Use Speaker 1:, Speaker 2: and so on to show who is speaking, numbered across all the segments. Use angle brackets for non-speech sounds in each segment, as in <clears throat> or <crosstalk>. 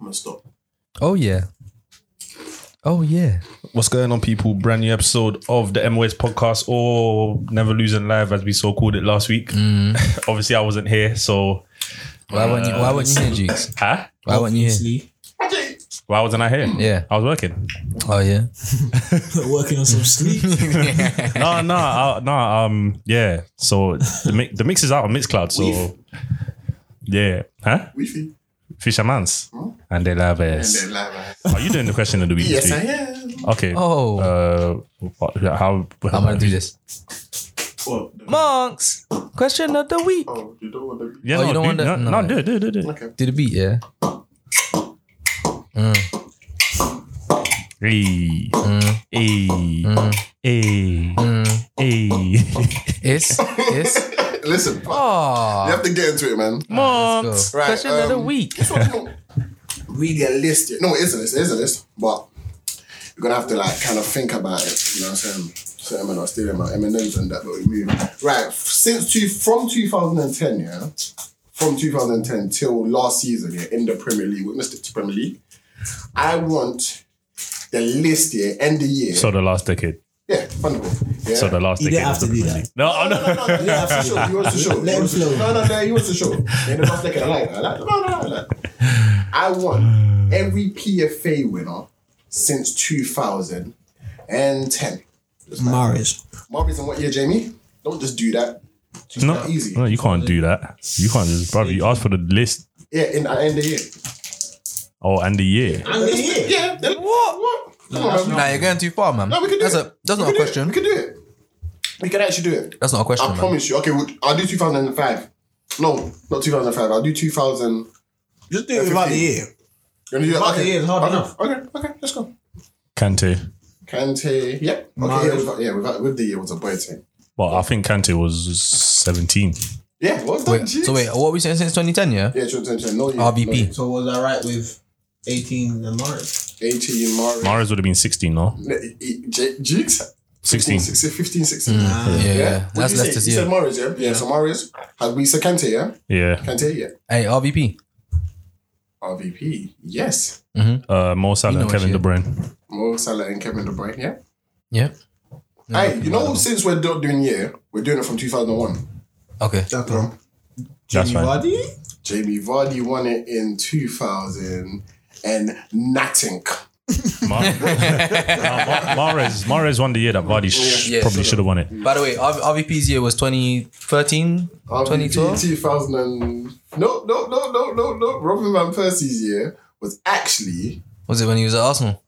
Speaker 1: to stop.
Speaker 2: Oh yeah. Oh yeah.
Speaker 3: What's going on, people? Brand new episode of the MOS podcast, or Never Losing Live, as we so called it last week. <laughs> Obviously, I wasn't here, so
Speaker 2: Why weren't you? Why weren't you here, Jeeks?
Speaker 3: huh?
Speaker 2: Why weren't you here?
Speaker 4: <laughs>
Speaker 3: Why wasn't I here?
Speaker 2: Yeah.
Speaker 3: I was working.
Speaker 2: Oh yeah.
Speaker 1: Working on some sleep.
Speaker 3: No, no, I, no. Um, yeah. So the mi- the mix is out on Mixcloud. So yeah, huh?
Speaker 1: Wifi.
Speaker 3: Fisherman's and the Laves.
Speaker 1: And then live.
Speaker 3: Are you doing the question of the week?
Speaker 1: <laughs> Yes,
Speaker 3: this
Speaker 1: I
Speaker 3: week?
Speaker 1: am.
Speaker 3: Okay.
Speaker 2: Oh,
Speaker 3: Uh, what- how?
Speaker 2: I'm gonna do this.
Speaker 1: What? the-
Speaker 2: Monks. Question of the week.
Speaker 1: Oh, you don't want to be.
Speaker 3: Yeah,
Speaker 2: Oh,
Speaker 3: no,
Speaker 2: you don't
Speaker 3: do,
Speaker 2: want to-
Speaker 3: no,
Speaker 2: no.
Speaker 3: no, do it, do it, do it, do it.
Speaker 1: Okay.
Speaker 2: Do the beat, yeah.
Speaker 3: Hey,
Speaker 2: Mm.
Speaker 3: hey, hey, hey.
Speaker 2: It's
Speaker 1: <laughs>
Speaker 2: it's.
Speaker 1: <laughs> Listen, you
Speaker 2: Oh.
Speaker 1: have to get into it, man.
Speaker 2: Monks.
Speaker 1: Right,
Speaker 2: Question of the
Speaker 1: um,
Speaker 2: week.
Speaker 1: Really a list. yeah. No, it is a list. It is a list. But you're gonna have to like kind of think about it. You know what I'm saying? So I'm not stealing my M and M's and that, but we move. Right, f- since two from 2010, yeah, from 2010 till last season, yeah, in the Premier League, witnessed it to Premier League. I want the list here, end the year.
Speaker 3: So the last decade.
Speaker 1: yeah, wonderful. Yeah. Oh,
Speaker 3: So the last
Speaker 4: You
Speaker 3: decade.
Speaker 4: didn't
Speaker 3: of
Speaker 4: have to
Speaker 3: the
Speaker 4: do
Speaker 3: Premier
Speaker 4: that.
Speaker 3: League. No, I
Speaker 1: No,
Speaker 3: know.
Speaker 1: no, no, no. Yeah, for sure. He wants to show. He
Speaker 4: Let
Speaker 1: wants
Speaker 4: him
Speaker 1: to
Speaker 4: flow.
Speaker 1: show. No, no, no. He wants to show. In the last decade, I like that. I like that. No, no, I like that. I want every PFA winner since 2010.
Speaker 4: Marius.
Speaker 1: Marvin's in what year, Jamie? Don't just do that. Just
Speaker 3: No,
Speaker 1: that easy.
Speaker 3: no, you can't do that. You can't just, brother. You asked for the list.
Speaker 1: Yeah, in the end of the year.
Speaker 3: Oh, and the year.
Speaker 4: I'm here.
Speaker 1: Yeah. then- What? What? Come on, man.
Speaker 2: Nah, you're going too far, man.
Speaker 1: No, we can do
Speaker 2: that's
Speaker 1: it.
Speaker 2: A, that's
Speaker 1: We
Speaker 2: not a
Speaker 1: can do it.
Speaker 2: question.
Speaker 1: We can do it. We can actually do it.
Speaker 2: That's not a question,
Speaker 1: I
Speaker 2: man.
Speaker 1: promise you. Okay, well, I'll do 2005. No, not 2005. I'll do 2000.
Speaker 4: Just do it without the year.
Speaker 1: You're gonna do that?
Speaker 4: Mark it is hard
Speaker 1: okay.
Speaker 4: enough.
Speaker 1: Okay, okay, let's go.
Speaker 3: Kante.
Speaker 1: Kante, yep. Okay,
Speaker 4: Mario.
Speaker 1: yeah, with, yeah, with, with the year was a boy team.
Speaker 3: Well, I think Kante was 17.
Speaker 1: Yeah, well done,
Speaker 2: Wait,
Speaker 1: Jeez.
Speaker 2: so wait, what were we saying since 2010? Yeah.
Speaker 1: Yeah, true, true, true. No, year, No,
Speaker 2: RBP.
Speaker 1: year.
Speaker 4: So was I right with 18 and Marius?
Speaker 1: 18, Mario.
Speaker 3: Mares would have been 16, no?
Speaker 1: Ne- e- J- Jigs?
Speaker 3: 16.
Speaker 1: 16, 15, 16.
Speaker 2: Mm, Yeah, yeah.
Speaker 1: Uh, What
Speaker 2: That's
Speaker 1: did you say?
Speaker 2: Leicester's
Speaker 1: You said
Speaker 2: year.
Speaker 1: Marius, yeah? Yeah, so Marius has we said Kante, yeah?
Speaker 3: Yeah.
Speaker 1: Kante, yeah.
Speaker 2: Hey, RVP.
Speaker 1: RVP, yes.
Speaker 3: Uh, Mo Salah
Speaker 2: You know
Speaker 3: and Kevin
Speaker 2: what
Speaker 3: De Bruyne.
Speaker 1: Mo Salah and Kevin De Bruyne, yeah?
Speaker 2: Yeah.
Speaker 1: hey, you know, since we're not doing year, we're doing it from 2001.
Speaker 2: Okay.
Speaker 4: Okay.
Speaker 3: That's
Speaker 4: Jamie
Speaker 3: fine.
Speaker 4: Vardy?
Speaker 1: Jamie Vardy won it in 2000 and Natink.
Speaker 2: <laughs>
Speaker 3: Mares Mares won the year that Vardy sh-
Speaker 2: Yeah,
Speaker 3: probably
Speaker 2: should've.
Speaker 3: should have won it.
Speaker 2: By the way, R- RVP's year was 2013, 2012.
Speaker 1: 2000 and no, no, no, no, no, no. Robin van Persie's year was actually
Speaker 2: Was it when he was at Arsenal?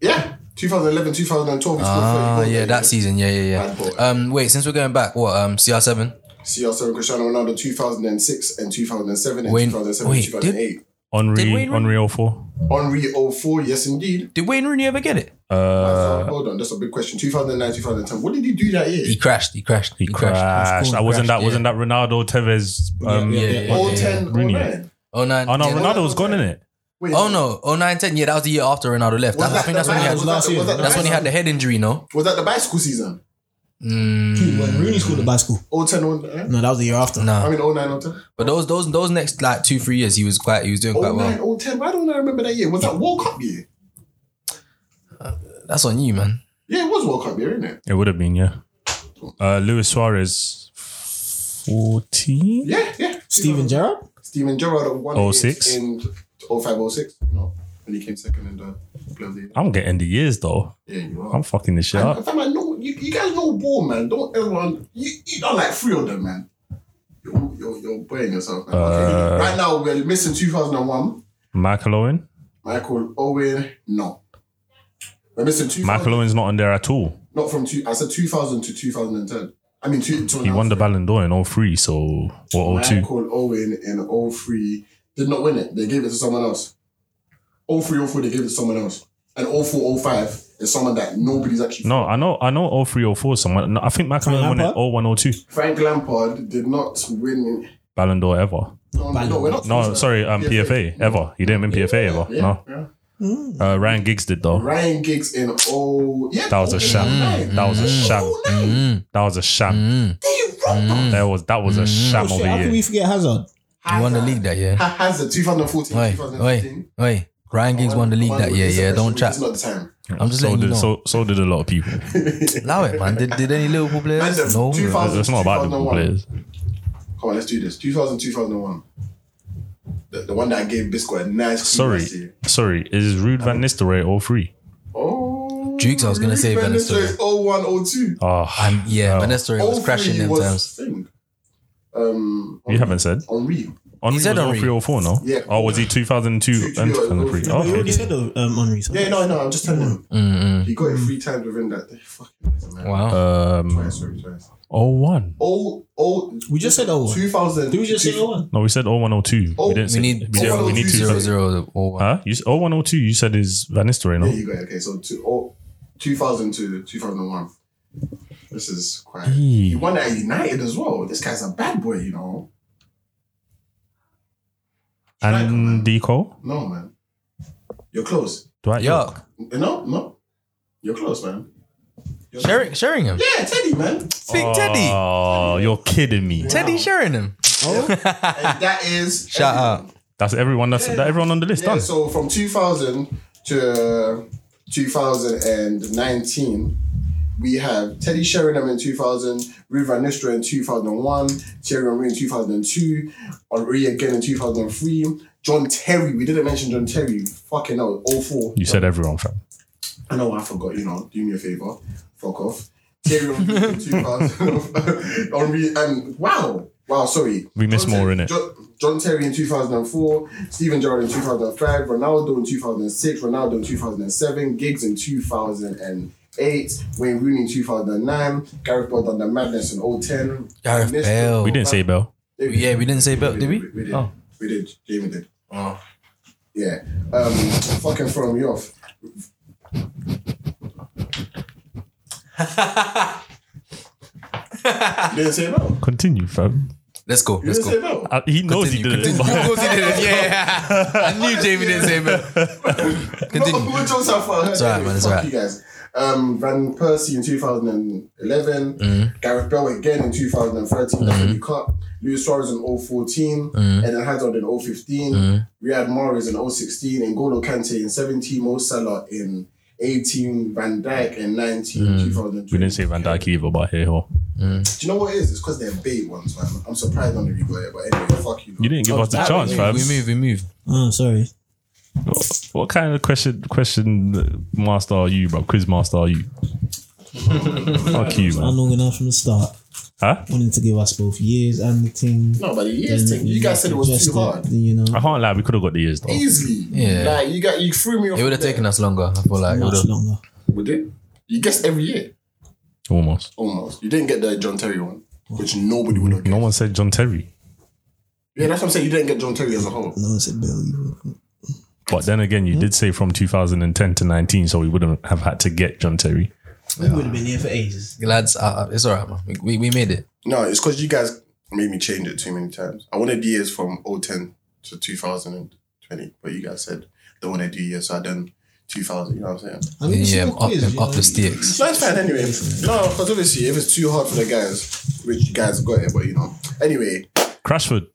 Speaker 1: yeah, 2011, 2012. He scored 30
Speaker 2: Ah,
Speaker 1: goals
Speaker 2: yeah, that
Speaker 1: year.
Speaker 2: season. Yeah, yeah,
Speaker 1: Bad
Speaker 2: yeah.
Speaker 1: boy.
Speaker 2: Um, wait, since we're going back, what? Um, CR7.
Speaker 1: CR7 and Cristiano Ronaldo 2006 and 2007 and
Speaker 2: Wayne-
Speaker 1: 2007
Speaker 2: wait,
Speaker 1: 2008.
Speaker 2: Did
Speaker 3: Henri,
Speaker 2: Wayne win?
Speaker 3: Henri 04.
Speaker 1: Henri 04, yes indeed.
Speaker 2: Did Wayne Rooney ever get it?
Speaker 3: Uh,
Speaker 1: Hold on, that's a big question. 2009, 2010. What did he do that
Speaker 2: He
Speaker 1: year?
Speaker 2: crashed. He crashed.
Speaker 3: he crashed. I wasn't that.
Speaker 2: crashed,
Speaker 3: Wasn't that Ronaldo Tevez? Um,
Speaker 2: Yeah, yeah, yeah,
Speaker 1: All
Speaker 2: yeah, yeah.
Speaker 1: 10, all
Speaker 3: Rooney.
Speaker 1: 9.
Speaker 2: Oh nine.
Speaker 3: Oh no,
Speaker 2: yeah.
Speaker 3: Ronaldo was gone in it.
Speaker 1: Wait,
Speaker 2: Oh no, oh nine ten. Yeah, that was the year after Ronaldo left. That, I think that's when he
Speaker 1: the-
Speaker 2: had.
Speaker 4: was last
Speaker 1: the-
Speaker 4: year.
Speaker 1: that the
Speaker 2: That's when he
Speaker 1: bicycle-
Speaker 2: had the head injury. No. Mm,
Speaker 1: Was that the bicycle season? Oh,
Speaker 4: When Rooney scored the bicycle.
Speaker 1: All 10, all 9?
Speaker 4: No, that was the year after.
Speaker 2: Nah.
Speaker 1: I mean, all 09, all 10.
Speaker 2: But those those those next like two three years, he was quite he was doing quite
Speaker 1: All 09,
Speaker 2: well.
Speaker 1: all 10. oh, Why don't I remember that year? Was that World Cup year?
Speaker 2: That's on you, man.
Speaker 1: Yeah, it was World Cup year, isn't it?
Speaker 3: It would have been yeah. Uh, Luis Suarez, fourteen.
Speaker 1: Yeah, yeah.
Speaker 4: Steven Gerrard?
Speaker 1: Steven Gerrard won
Speaker 3: Oh,
Speaker 1: it
Speaker 3: 06.
Speaker 1: in 05, 06. You know, and he came second in the play of the year.
Speaker 3: I'm getting the years though.
Speaker 1: Yeah, you are.
Speaker 3: I'm fucking this shit
Speaker 1: I,
Speaker 3: up.
Speaker 1: fam, I know, you, you guys know ball, man. Don't everyone. You, you don't like three of them, man. You're, you're, you're playing yourself, man. okay.
Speaker 3: Uh.
Speaker 1: Right now, we're missing 2001.
Speaker 3: Michael Owen.
Speaker 1: Michael Owen, no. We're missing 2000.
Speaker 3: Michael Owen's not on there at all.
Speaker 1: Not from two. I said 2000 to 2010. I mean, two,
Speaker 3: He won the Ballon d'Or in 03, so or 02.
Speaker 1: Michael Owen in 03 did not win it. They gave it to someone else. 03, 04, they gave it to someone else. And 04, 05 is someone that nobody's actually.
Speaker 3: No, I know, I know 03, 04 someone. No, I think Michael Owen won oh it
Speaker 4: Lampard?
Speaker 3: 01, 02.
Speaker 1: Frank Lampard did not win.
Speaker 3: Ballon d'Or ever.
Speaker 1: No, no, we're not
Speaker 3: No,
Speaker 1: talking
Speaker 3: sorry, um,
Speaker 1: about
Speaker 3: PFA ever. He didn't win PFA ever.
Speaker 1: Yeah,
Speaker 3: No,
Speaker 1: yeah.
Speaker 4: Mm.
Speaker 3: uh, Ryan Giggs did though.
Speaker 1: Ryan Giggs in oh yeah.
Speaker 3: That was a sham. That was a sham.
Speaker 2: Mm, Mm-hmm.
Speaker 3: <laughs> That was a sham. That was that was a sham
Speaker 4: Shit,
Speaker 3: over
Speaker 4: Oh, how can
Speaker 2: Oh,
Speaker 3: here.
Speaker 4: we forget Hazard?
Speaker 2: He mm. Mm-hmm. won the league that year.
Speaker 1: Ha- Hazard, 2014,
Speaker 2: Oi, oi,
Speaker 1: 2015.
Speaker 2: oi. Ryan Giggs won the league that year. Yeah, don't chat.
Speaker 1: It's not the time.
Speaker 2: I'm just
Speaker 3: so
Speaker 2: letting
Speaker 3: did
Speaker 2: you know.
Speaker 3: so so did a lot of people.
Speaker 2: Allow it, man. Did, did any Liverpool
Speaker 1: Man,
Speaker 2: players?
Speaker 1: the
Speaker 2: No.
Speaker 1: 2000
Speaker 3: It's not about Liverpool
Speaker 1: 2001.
Speaker 3: players.
Speaker 1: Come on, let's do this. 2000, 2001. The, the one that gave Bisco a nice. clean
Speaker 3: Sorry,
Speaker 1: last year.
Speaker 3: sorry. Is Rude Van Nistelrooy all three?
Speaker 1: Oh.
Speaker 2: Jukes, I was gonna say
Speaker 1: Ruben
Speaker 2: Venezuela.
Speaker 1: Nistelrooy, 01, 02.
Speaker 3: Oh,
Speaker 2: Um, yeah,
Speaker 3: no.
Speaker 2: Van Nistelrooy was crashing them times.
Speaker 1: Thing. Um,
Speaker 3: you haven't said.
Speaker 1: Henri.
Speaker 3: Henri
Speaker 2: said
Speaker 3: was all
Speaker 2: Henri.
Speaker 3: three or four, no?
Speaker 1: Yeah.
Speaker 3: Oh, was he 2002
Speaker 1: Two-
Speaker 3: and
Speaker 1: two-
Speaker 3: 2003?
Speaker 1: two-
Speaker 3: Oh,
Speaker 4: We already
Speaker 3: okay.
Speaker 4: said of um, Henri. so-
Speaker 1: Yeah, no, no, I'm just telling him.
Speaker 2: Mm-mm.
Speaker 1: He got it three times within that day. Fucking hell, man.
Speaker 2: Mm, Wow.
Speaker 3: Um,
Speaker 1: Twice, sorry, twice.
Speaker 3: oh one.
Speaker 1: Oh, oh.
Speaker 4: We just said 01.
Speaker 1: 2000.
Speaker 4: Did we just say
Speaker 1: two-
Speaker 4: 01?
Speaker 3: No, we said 0102.
Speaker 1: Oh,
Speaker 3: we didn't
Speaker 2: we
Speaker 3: say,
Speaker 2: need
Speaker 3: we,
Speaker 2: zero,
Speaker 3: did, we need
Speaker 1: two
Speaker 2: zero,
Speaker 1: seconds.
Speaker 2: zero, or one.
Speaker 3: Huh? You, s- 0102, you said is Van Nistelrooy, no?
Speaker 1: Yeah, you got it. Okay, so two, oh, 2000 to 2001. This is quite.
Speaker 3: Yee.
Speaker 1: He won at United as well. This guy's a bad boy, you know. Striker, man.
Speaker 3: And Deco?
Speaker 1: No, man. You're close. Eh,
Speaker 3: Dwight York.
Speaker 2: Yuck.
Speaker 1: No, no. You're close, man. You're
Speaker 2: Shering, Sheringham.
Speaker 1: Yeah, Teddy, man.
Speaker 2: Big Teddy.
Speaker 3: Oh, you're kidding me.
Speaker 2: Teddy Sheringham.
Speaker 1: And that is.
Speaker 2: Oh. <laughs> Shout
Speaker 1: everyone.
Speaker 2: out.
Speaker 3: That's everyone. That's that everyone on the list.
Speaker 1: Yeah,
Speaker 3: Done.
Speaker 1: so from 2000 to 2019, we have Teddy Sheringham in 2000, Riva Nistra in 2001, Thierry Henry in 2002, Henri again in 2003, John Terry. We didn't mention John Terry. Fucking hell, 04.
Speaker 3: you said everyone, fam.
Speaker 1: I know I forgot, you know, do me a favor. Fuck off. Thierry Henry in <laughs> 2000. Henry, um, wow. Wow, sorry.
Speaker 3: We miss
Speaker 1: John
Speaker 3: more
Speaker 1: Ter-
Speaker 3: in it.
Speaker 1: John, John Terry in 2004, Steven Gerrard in 2005, Ronaldo in 2006, Ronaldo in 2007, Giggs in 2008, Wayne Rooney in 2009, Gareth Bale done the madness in 010.
Speaker 2: Gareth
Speaker 1: Missed it.
Speaker 2: Bale.
Speaker 3: We didn't say Bell.
Speaker 2: Yeah, we didn't say Bale, did we?
Speaker 1: We, did.
Speaker 2: Oh.
Speaker 1: We did. Jamie did.
Speaker 2: Oh.
Speaker 1: Yeah. Um, fucking throwing me off. You didn't say no.
Speaker 3: Continue, fam.
Speaker 2: Let's go.
Speaker 1: You
Speaker 2: Let's
Speaker 1: didn't say
Speaker 2: go.
Speaker 1: no.
Speaker 3: Uh, he knows
Speaker 2: Continue,
Speaker 3: he did
Speaker 2: continue. Of
Speaker 3: it.
Speaker 2: course he did it. Yeah. I knew Jamie didn't say Bell. Continue.
Speaker 1: We're talking so far. It's
Speaker 2: alright, man, it's alright.
Speaker 1: You guys. Um, Van Persie in 2011,
Speaker 2: Mm-hmm.
Speaker 1: Gareth Bell again in 2013, the League Cup, Luis Suarez in 014,
Speaker 2: Mm-hmm.
Speaker 1: and then Hazard in 015, Riyad Mahrez in 016, N'Golo Kante in 17, Mo Salah in 18, Van Dijk in 19,
Speaker 2: Mm-hmm.
Speaker 1: 2020.
Speaker 3: <laughs> We didn't say Van Dyke either, but hey ho.
Speaker 1: Do you know what it is? It's because they're bait ones, man. I'm surprised none of you got it, but anyway, fuck you.
Speaker 3: You didn't
Speaker 2: Oh,
Speaker 3: give us the chance, fam.
Speaker 2: We move, we move.
Speaker 4: Oh, sorry.
Speaker 3: What- What kind of question question master are you, bro? Quiz master
Speaker 2: <laughs>
Speaker 3: are you? Fuck you, man.
Speaker 4: Unorganized from the start.
Speaker 3: Huh?
Speaker 4: Wanted to give us both years and the team.
Speaker 1: No, but the years thing, you guys said it was too
Speaker 4: Adjusted,
Speaker 1: hard.
Speaker 4: You know,
Speaker 3: I can't lie. We could have got the ears though.
Speaker 1: Easily.
Speaker 2: Yeah.
Speaker 1: Like, you got you threw me off.
Speaker 2: It would have
Speaker 1: there.
Speaker 2: taken us longer. I feel like it would
Speaker 4: much
Speaker 2: have.
Speaker 4: longer.
Speaker 1: Would it? You guessed every year.
Speaker 3: Almost.
Speaker 1: Almost. You didn't get the John Terry one, which nobody would have
Speaker 3: No
Speaker 1: guessed.
Speaker 3: one said John Terry.
Speaker 1: Yeah, that's what I'm saying. You didn't get John Terry as a whole.
Speaker 4: No, I said Bill. You
Speaker 3: But then again,
Speaker 2: Hmm?
Speaker 3: you did say from 2010 to 19, so we wouldn't have had to get John Terry.
Speaker 4: we would have been here for ages.
Speaker 2: Lads, uh, it's all right, man. We, we, we made it.
Speaker 1: No, it's because you guys made me change it too many times. I wanted years from 010 to 2020, but you guys said don't want to do years, so I done 2000. You know what I'm saying?
Speaker 4: I mean, it's
Speaker 2: Yeah,
Speaker 4: still
Speaker 2: up-
Speaker 4: quiz, you
Speaker 2: up
Speaker 4: know.
Speaker 2: the sticks.
Speaker 1: No, it's fine anyway. No, because obviously, if it's too hard for the guys, which you guys got it, but you know. Anyway,
Speaker 3: Crashford.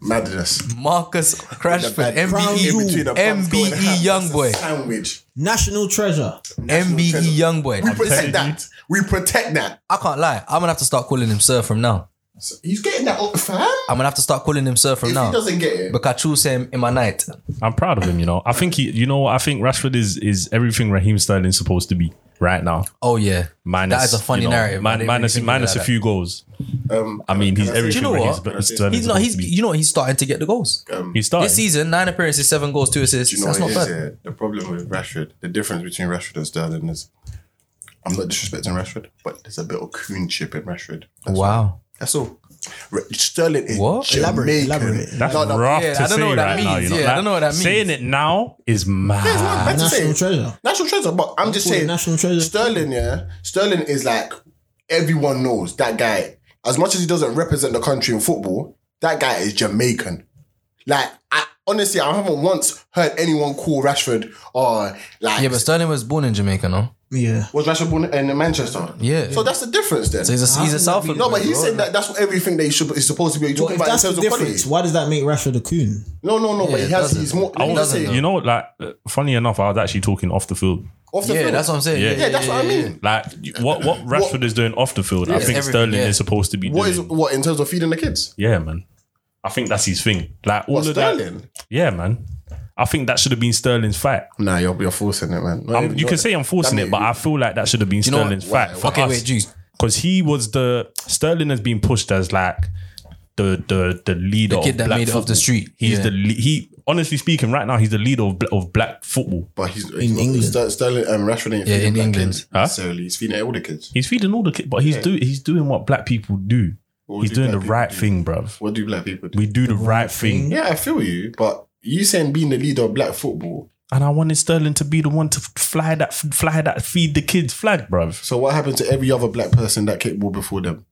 Speaker 1: madness.
Speaker 2: Marcus Crashford, MBE, MBE E young boy,
Speaker 1: Sandwich.
Speaker 4: National treasure.
Speaker 2: MBE young boy.
Speaker 1: We protect
Speaker 3: telling
Speaker 1: that. We protect that.
Speaker 2: E I can't lie. I'm gonna have to start calling him sir from now.
Speaker 1: So he's getting that, oh, fam.
Speaker 2: I'm gonna have to start calling him sir from
Speaker 1: If he
Speaker 2: now
Speaker 1: doesn't get it,
Speaker 2: because I choose him in my night.
Speaker 3: I'm proud of him, you know. I think he, you know, what? I think Rashford is is everything Raheem Sterling's supposed to be right now.
Speaker 2: Oh yeah,
Speaker 3: Minus,
Speaker 2: that is a funny
Speaker 3: you know,
Speaker 2: narrative. I
Speaker 3: Min-
Speaker 2: didn't
Speaker 3: minus
Speaker 2: really think of
Speaker 3: minus
Speaker 2: it
Speaker 3: a
Speaker 2: like
Speaker 3: few goals.
Speaker 1: um,
Speaker 3: I mean, he's
Speaker 1: can I say-
Speaker 3: everything.
Speaker 2: Do you know
Speaker 3: Raheem
Speaker 2: what?
Speaker 3: Sterling's
Speaker 2: He's not.
Speaker 3: supposed
Speaker 2: He's
Speaker 3: to be.
Speaker 2: you know he's starting to get the goals.
Speaker 3: He's starting.
Speaker 2: This season, nine appearances, seven goals, two assists.
Speaker 1: you know
Speaker 2: That's
Speaker 1: what
Speaker 2: not
Speaker 1: it is,
Speaker 2: bad.
Speaker 1: yeah? The problem with Rashford, the difference between Rashford and Sterling is, I'm not disrespecting Rashford, but there's a bit of coonship in Rashford. That's,
Speaker 2: Wow.
Speaker 1: that's all. Ra- Sterling is
Speaker 2: What?
Speaker 1: Jamaican.
Speaker 4: Elaborate, elaborate.
Speaker 3: That's
Speaker 1: No, no,
Speaker 3: rough
Speaker 2: Yeah,
Speaker 3: to
Speaker 2: I don't
Speaker 3: say
Speaker 2: know what that
Speaker 3: right now.
Speaker 2: means.
Speaker 3: You know,
Speaker 2: Yeah, I
Speaker 3: Like,
Speaker 2: don't know what that
Speaker 3: Saying
Speaker 2: means.
Speaker 3: it now is mad.
Speaker 1: That's the
Speaker 4: National
Speaker 1: same.
Speaker 4: treasure.
Speaker 1: National treasure, but I'm just
Speaker 4: Call it
Speaker 1: saying
Speaker 4: national treasure.
Speaker 1: Sterling, yeah. Sterling is like everyone knows that guy. As much as he doesn't represent the country in football, that guy is Jamaican. Like, I honestly, I haven't once heard anyone call Rashford or like
Speaker 2: Yeah, but Sterling was born in Jamaica, no?
Speaker 4: Yeah.
Speaker 1: Was Rashford born in Manchester?
Speaker 2: Yeah.
Speaker 1: So that's the difference then.
Speaker 2: So he's a, he's a
Speaker 4: Arsenal
Speaker 2: Southend.
Speaker 1: no, but
Speaker 2: fan,
Speaker 1: he's
Speaker 2: bro.
Speaker 1: saying that that's what everything they should is supposed to be. You're
Speaker 4: Well,
Speaker 1: talking
Speaker 4: if
Speaker 1: about in
Speaker 4: that's the
Speaker 1: terms of quality.
Speaker 4: difference, why does that make Rashford a coon?
Speaker 1: No, no, no. but
Speaker 2: Yeah,
Speaker 1: he has.
Speaker 2: it doesn't.
Speaker 1: He's more.
Speaker 2: I
Speaker 1: let me just
Speaker 2: wasn't,
Speaker 1: say,
Speaker 2: though.
Speaker 3: You know, like, uh, funny enough, I was actually talking off the field.
Speaker 1: off the
Speaker 2: Yeah,
Speaker 1: field.
Speaker 2: that's what I'm saying.
Speaker 3: Yeah.
Speaker 2: Yeah,
Speaker 1: Yeah, that's what I mean.
Speaker 3: Like, you- what what Rashford is doing off the field, I
Speaker 2: Yes,
Speaker 3: think
Speaker 2: everything,
Speaker 3: Sterling
Speaker 2: yeah.
Speaker 3: is supposed to be
Speaker 1: What
Speaker 3: doing.
Speaker 1: is what in terms of feeding the kids?
Speaker 3: yeah, man. I think that's his thing. Like all
Speaker 1: What
Speaker 3: of that.
Speaker 1: Sterling?
Speaker 3: Yeah, man. I think that should have been Sterling's fight.
Speaker 1: Nah, you're you're forcing it, man.
Speaker 3: Um, you can say I'm forcing it, but I feel like that should have been
Speaker 2: know what?
Speaker 3: Sterling's
Speaker 2: Why?
Speaker 3: fight.
Speaker 2: Okay, wait, Juice.
Speaker 3: Because he was the Sterling has been pushed as like the the the leader,
Speaker 2: The kid
Speaker 3: of
Speaker 2: that
Speaker 3: black
Speaker 2: made it off the
Speaker 3: football.
Speaker 2: street.
Speaker 3: He's
Speaker 2: Yeah.
Speaker 3: the le- he. Honestly speaking, right now he's the leader of, bla- of black football.
Speaker 1: But he's in
Speaker 4: England.
Speaker 1: Sterling um, and Rashford ain't
Speaker 2: Yeah,
Speaker 1: feeding
Speaker 2: in
Speaker 1: black
Speaker 2: England.
Speaker 1: kids
Speaker 3: Huh?
Speaker 1: necessarily. He's feeding all the kids.
Speaker 3: He's feeding all the kids, but he's do he's doing what black people do.
Speaker 1: What
Speaker 3: he's
Speaker 1: do
Speaker 3: doing
Speaker 1: black
Speaker 3: the
Speaker 1: people
Speaker 3: right
Speaker 1: do?
Speaker 3: thing, bruv.
Speaker 1: What do black people do?
Speaker 3: We do the, right thing.
Speaker 1: Yeah, I feel you, but you saying being the leader of black football.
Speaker 3: and I wanted Sterling to be the one to fly that fly that feed the kids flag, bruv.
Speaker 1: So what happened to every other black person that kicked ball before them?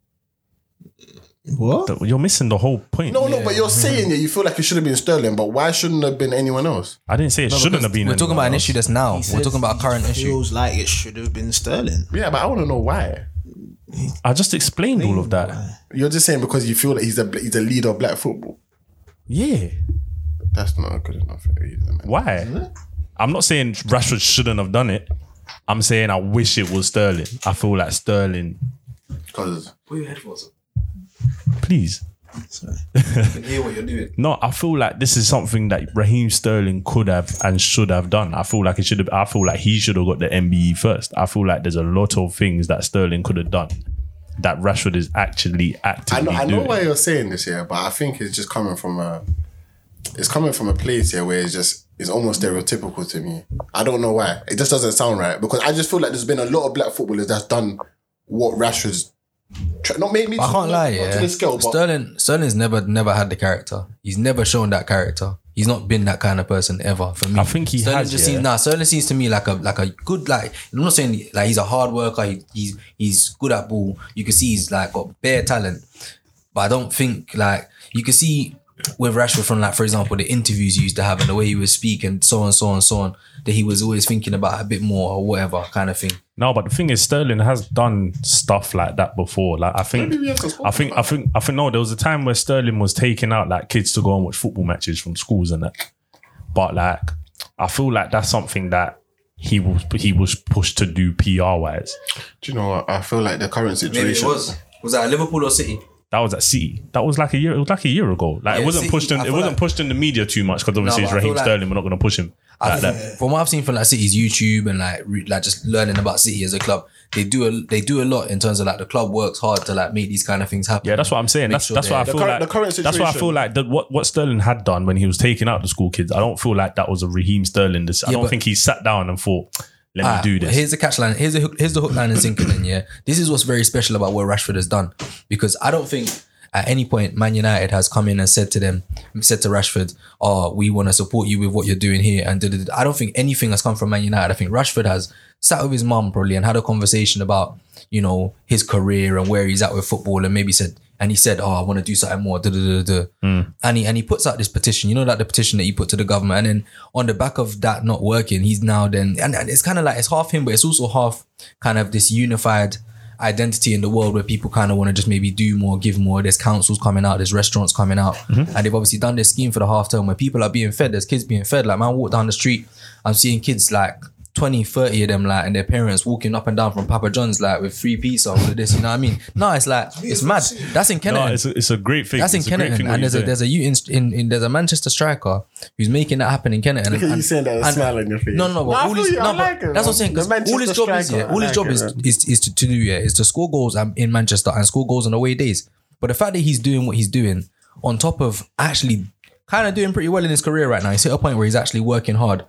Speaker 4: What?
Speaker 3: That- You're missing the whole point.
Speaker 1: No, no, but you're saying that you feel like it should have been Sterling, but why shouldn't it have been anyone else?
Speaker 3: I didn't say it
Speaker 2: No,
Speaker 3: shouldn't
Speaker 2: because
Speaker 3: have been.
Speaker 2: We're talking
Speaker 3: anyone
Speaker 2: about an
Speaker 3: else.
Speaker 2: issue that's now.
Speaker 4: He
Speaker 2: We're
Speaker 4: says
Speaker 2: talking about a
Speaker 4: he
Speaker 2: current issue.
Speaker 4: Feels like it should have been Sterling.
Speaker 1: Yeah, but I want to know why.
Speaker 3: I just explained all of that.
Speaker 1: You're just saying because you feel that he's the he's the leader of black football.
Speaker 3: Yeah.
Speaker 1: That's not good enough for you, man.
Speaker 3: Why? I'm not saying Rashford shouldn't have done it. I'm saying I wish it was Sterling. I feel like Sterling.
Speaker 1: Because
Speaker 5: Put your headphones up.
Speaker 3: Please. <laughs>
Speaker 4: Sorry.
Speaker 5: You can hear what you're doing.
Speaker 3: No, I feel like this is something that Raheem Sterling could have and should have done. I feel like it should have. I feel like he should have got the MBE first. I feel like there's a lot of things that Sterling could have done that Rashford is actually
Speaker 1: I know
Speaker 3: actively
Speaker 1: I know
Speaker 3: doing.
Speaker 1: why you're saying this here, but I think it's just coming from a it's coming from a place here where it's just it's almost stereotypical to me. I don't know why. It just doesn't sound right because I just feel like there's been a lot of black footballers that's done what Rashford's try, not maybe
Speaker 2: I can't lie,
Speaker 1: not
Speaker 2: yeah.
Speaker 1: to the scale, but
Speaker 2: Sterling Sterling's never never had the character. He's never shown that character. He's not been that kind of person ever for me.
Speaker 3: I think he
Speaker 2: Sterling
Speaker 3: has,
Speaker 2: just
Speaker 3: yeah.
Speaker 2: seems nah. Sterling seems to me like a like a good like. I'm not saying like he's a hard worker. He, he's he's good at ball. You can see he's like got bare talent, but I don't think like you can see with Rashford from like for example the interviews he used to have and the way he was speaking so on so on so on that he was always thinking about a bit more or whatever kind of thing.
Speaker 3: No, but the thing is, Sterling has done stuff like that before. Like I think,
Speaker 1: Maybe we have to spoke
Speaker 3: I think, I think, I think. No, there was a time where Sterling was taking out like kids to go and watch football matches from schools and that. But like, I feel like that's something that he was he was pushed to do PR wise.
Speaker 1: do you know what? I feel like the current
Speaker 2: Maybe it
Speaker 1: situation
Speaker 2: was was that Liverpool or City?
Speaker 3: That was at City. That was like a year. It was like a year ago. Like it
Speaker 2: Yeah,
Speaker 3: wasn't
Speaker 2: City,
Speaker 3: pushed in.
Speaker 2: I
Speaker 3: It
Speaker 2: feel
Speaker 3: wasn't
Speaker 2: like-
Speaker 3: pushed in the media too much because obviously
Speaker 2: No,
Speaker 3: it's
Speaker 2: but I feel
Speaker 3: Raheem
Speaker 2: like-
Speaker 3: Sterling. We're not going to push him. Like that.
Speaker 2: From what I've seen from like City's YouTube and like re- like just learning about City as a club, they do a they do a lot in terms of like the club works hard to like make these kind of things happen.
Speaker 3: Yeah, that's what I'm saying. That's
Speaker 2: sure
Speaker 3: that's
Speaker 2: they-
Speaker 3: what I
Speaker 2: The
Speaker 3: feel
Speaker 1: current-
Speaker 3: like.
Speaker 1: the current
Speaker 3: That's what I feel
Speaker 1: situation-
Speaker 3: like. That what what Sterling had done when he was taking out the school kids. I don't feel like that was a Raheem Sterling. This I
Speaker 2: Yeah,
Speaker 3: don't
Speaker 2: but-
Speaker 3: think he sat down and thought, "Let me
Speaker 2: Ah,
Speaker 3: do this."
Speaker 2: Here's the catch line. Here's the hook, here's the hook line and sinker. Then yeah, this is what's very special about what Rashford has done because I don't think at any point Man United has come in and said to them, said to Rashford, "Oh, we want to support you with what you're doing here." And da, da, da. I don't think anything has come from Man United. I think Rashford has sat with his mum probably and had a conversation about you know his career and where he's at with football and maybe said. And he said, "Oh, I want to do something more." Da, da, da, da, da.
Speaker 3: Hmm.
Speaker 2: And he and he puts out this petition. You know, like the petition that he put to the government. And then on the back of that not working, he's now then. And, and it's kind of like it's half him, but it's also half kind of this unified identity in the world where people kind of want to just maybe do more, give more. There's councils coming out, there's restaurants coming out, and they've obviously done this scheme for the half term where people are being fed. There's kids being fed. Like man, I walk down the street, I'm seeing kids like. 20, 30 of them, like, and their parents walking up and down from Papa John's, like, with free pizza, all of this, you know what I mean? No, it's like, it's mad. That's in Canada.
Speaker 3: no, it's a, it's a great thing.
Speaker 2: That's in
Speaker 3: It's a great
Speaker 2: Kenneton,
Speaker 3: thing what
Speaker 2: and there's a
Speaker 3: you're
Speaker 2: there's a you in, in, in there's a Manchester striker who's making that happen in Kenneton.
Speaker 1: Look at
Speaker 2: and-
Speaker 1: you saying that with a
Speaker 2: and-
Speaker 1: smile on your face.
Speaker 2: No, no, no.
Speaker 1: Nah,
Speaker 2: But
Speaker 1: I
Speaker 2: all
Speaker 1: feel
Speaker 2: his,
Speaker 1: you, I
Speaker 2: no, but
Speaker 1: like it,
Speaker 2: that's what I'm
Speaker 1: man.
Speaker 2: saying. 'cause
Speaker 1: The
Speaker 2: all his
Speaker 1: Manchester
Speaker 2: job is
Speaker 1: striker,
Speaker 2: yeah, all
Speaker 1: I
Speaker 2: his
Speaker 1: like
Speaker 2: job
Speaker 1: it,
Speaker 2: is,
Speaker 1: man.
Speaker 2: is is to, to do yeah, is to score goals um, in Manchester and score goals on away days. But the fact that he's doing what he's doing, on top of actually kind of doing pretty well in his career right now, he's hit a point where he's actually working hard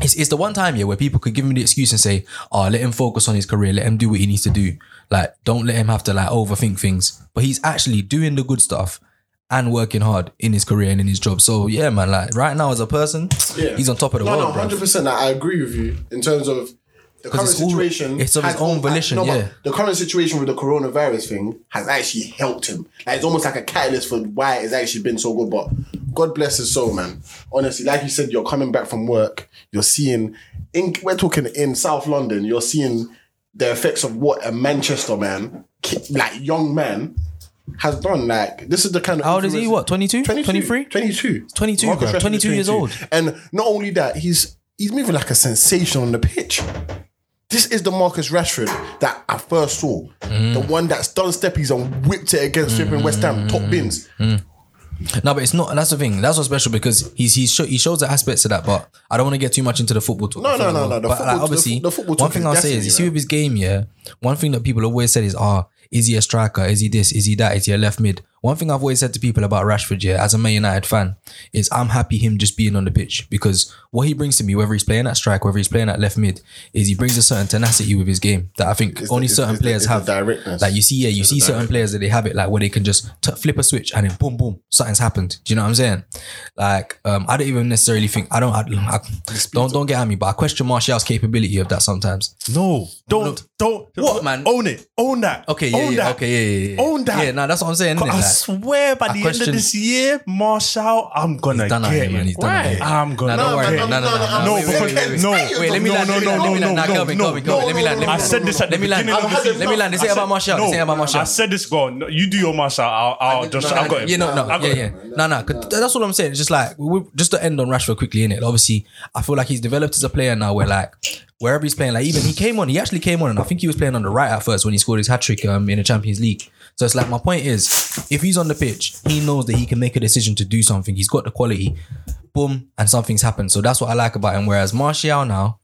Speaker 2: it's, it's the one time yeah where people could give him the excuse and say, "Oh, let him focus on his career. Let him do what he needs to do. Like, don't let him have to like overthink things." But he's actually doing the good stuff and working hard in his career and in his job. So yeah, man. Like right now as a person,
Speaker 1: Yeah.
Speaker 2: he's on top of the
Speaker 1: No, no,
Speaker 2: world, bro.
Speaker 1: hundred percent. I agree with you in terms of the current
Speaker 2: it's all-
Speaker 1: situation.
Speaker 2: it's of his
Speaker 1: has-
Speaker 2: own volition,
Speaker 1: no, but
Speaker 2: yeah.
Speaker 1: the current situation with the coronavirus thing has actually helped him. Like it's almost like a catalyst for why it's actually been so good. But God bless his soul, man. Honestly, like you said, you're coming back from work. You're seeing, in, we're talking in South London. You're seeing the effects of what a Manchester man, ki- like young man, has done. Like this is the kind of
Speaker 2: How old is he? What, 22? 23?
Speaker 1: 22.
Speaker 2: 22,
Speaker 1: Marcus
Speaker 2: bro.
Speaker 1: Rashford is
Speaker 2: 22 years old.
Speaker 1: And not only that, he's he's moving like a sensation on the pitch. This is the Marcus Rashford that I first saw. The
Speaker 2: Mm.
Speaker 1: one that's done steppies and whipped it against flipping West Ham,
Speaker 2: Mm.
Speaker 1: top bins.
Speaker 2: No, but it's not. That's the thing. That's what's special because he's he's show, he shows the aspects of that. But I don't want to get too much into the football talk.
Speaker 1: No,
Speaker 2: I feel
Speaker 1: no, no,
Speaker 2: like-
Speaker 1: no, the
Speaker 2: But
Speaker 1: football-
Speaker 2: like,
Speaker 1: the
Speaker 2: obviously,
Speaker 1: fo- the football
Speaker 2: one
Speaker 1: talk
Speaker 2: thing
Speaker 1: is
Speaker 2: I'll say is, you
Speaker 1: destiny,
Speaker 2: see
Speaker 1: man.
Speaker 2: with his game, yeah. One thing that people always said is, ah, is he a striker? Is he this? Is he that? Is he a left mid? One thing I've always said to people about Rashford, yeah, as a Man United fan, is I'm happy him just being on the pitch because what he brings to me, whether he's playing at strike, whether he's playing at left mid, is he brings a certain tenacity with his game that I think
Speaker 1: the-
Speaker 2: only
Speaker 1: it's-
Speaker 2: certain
Speaker 1: it's the-
Speaker 2: players
Speaker 1: it's the
Speaker 2: have.
Speaker 1: directness.
Speaker 2: Like you see, yeah, you see certain players that they have it like where they can just t- flip a switch and then boom, boom, something's happened. Do you know what I'm saying? Like, um, I don't even necessarily think I don't I, I, don't don't get at me, but I question Martial's capability of that sometimes.
Speaker 3: No, don't, don't.
Speaker 2: What, man?
Speaker 3: Own it. Own that.
Speaker 2: Okay, yeah,
Speaker 3: Own
Speaker 2: yeah,
Speaker 3: that.
Speaker 2: okay, yeah, yeah, yeah.
Speaker 3: Own that.
Speaker 2: Yeah, no, that's what I'm saying. innit?
Speaker 3: I
Speaker 2: Like,
Speaker 3: swear, by
Speaker 2: I
Speaker 3: the end
Speaker 2: question-
Speaker 3: of this year, Marshall, I'm gonna
Speaker 2: done at
Speaker 3: get
Speaker 2: him,
Speaker 3: it.
Speaker 2: man. He's done at him.
Speaker 3: I'm gonna.
Speaker 2: Nah,
Speaker 1: No,
Speaker 2: don't worry.
Speaker 1: man,
Speaker 2: No,
Speaker 1: no,
Speaker 2: no, no,
Speaker 1: no,
Speaker 2: no.
Speaker 1: no,
Speaker 2: Wait, wait,
Speaker 1: because
Speaker 2: wait, wait,
Speaker 1: no,
Speaker 2: wait. Wait, let me
Speaker 1: no,
Speaker 2: land.
Speaker 1: no,
Speaker 2: Let me
Speaker 1: no,
Speaker 2: land. Let me
Speaker 1: no,
Speaker 2: land. Nah,
Speaker 3: no,
Speaker 2: Calvin,
Speaker 3: no,
Speaker 2: Calvin, Calvin. Let me land. let me
Speaker 3: I
Speaker 2: land.
Speaker 3: said this at the
Speaker 2: Let me land.
Speaker 3: beginning of the season.
Speaker 2: Let me land. This ain't about Martial. This ain't about Martial.
Speaker 3: I said this, go on. You do your Marshall. I'll, I'll just. I've got it.
Speaker 2: Yeah, no, no,
Speaker 3: I've got
Speaker 2: yeah,
Speaker 3: him.
Speaker 2: yeah, no, no. 'cause That's what I'm saying. It's Just like we- we- just to end on Rashford quickly, in it. Obviously, I feel like he's developed as a player now. Where like wherever he's playing, like even he came on, he actually came on, and I think he was playing on the right at first when he scored his hat trick um, in the Champions League. So it's like my point is, if he's on the pitch, he knows that he can make a decision to do something. He's got the quality. Boom, and something's happened. So that's what I like about him. Whereas Martial now,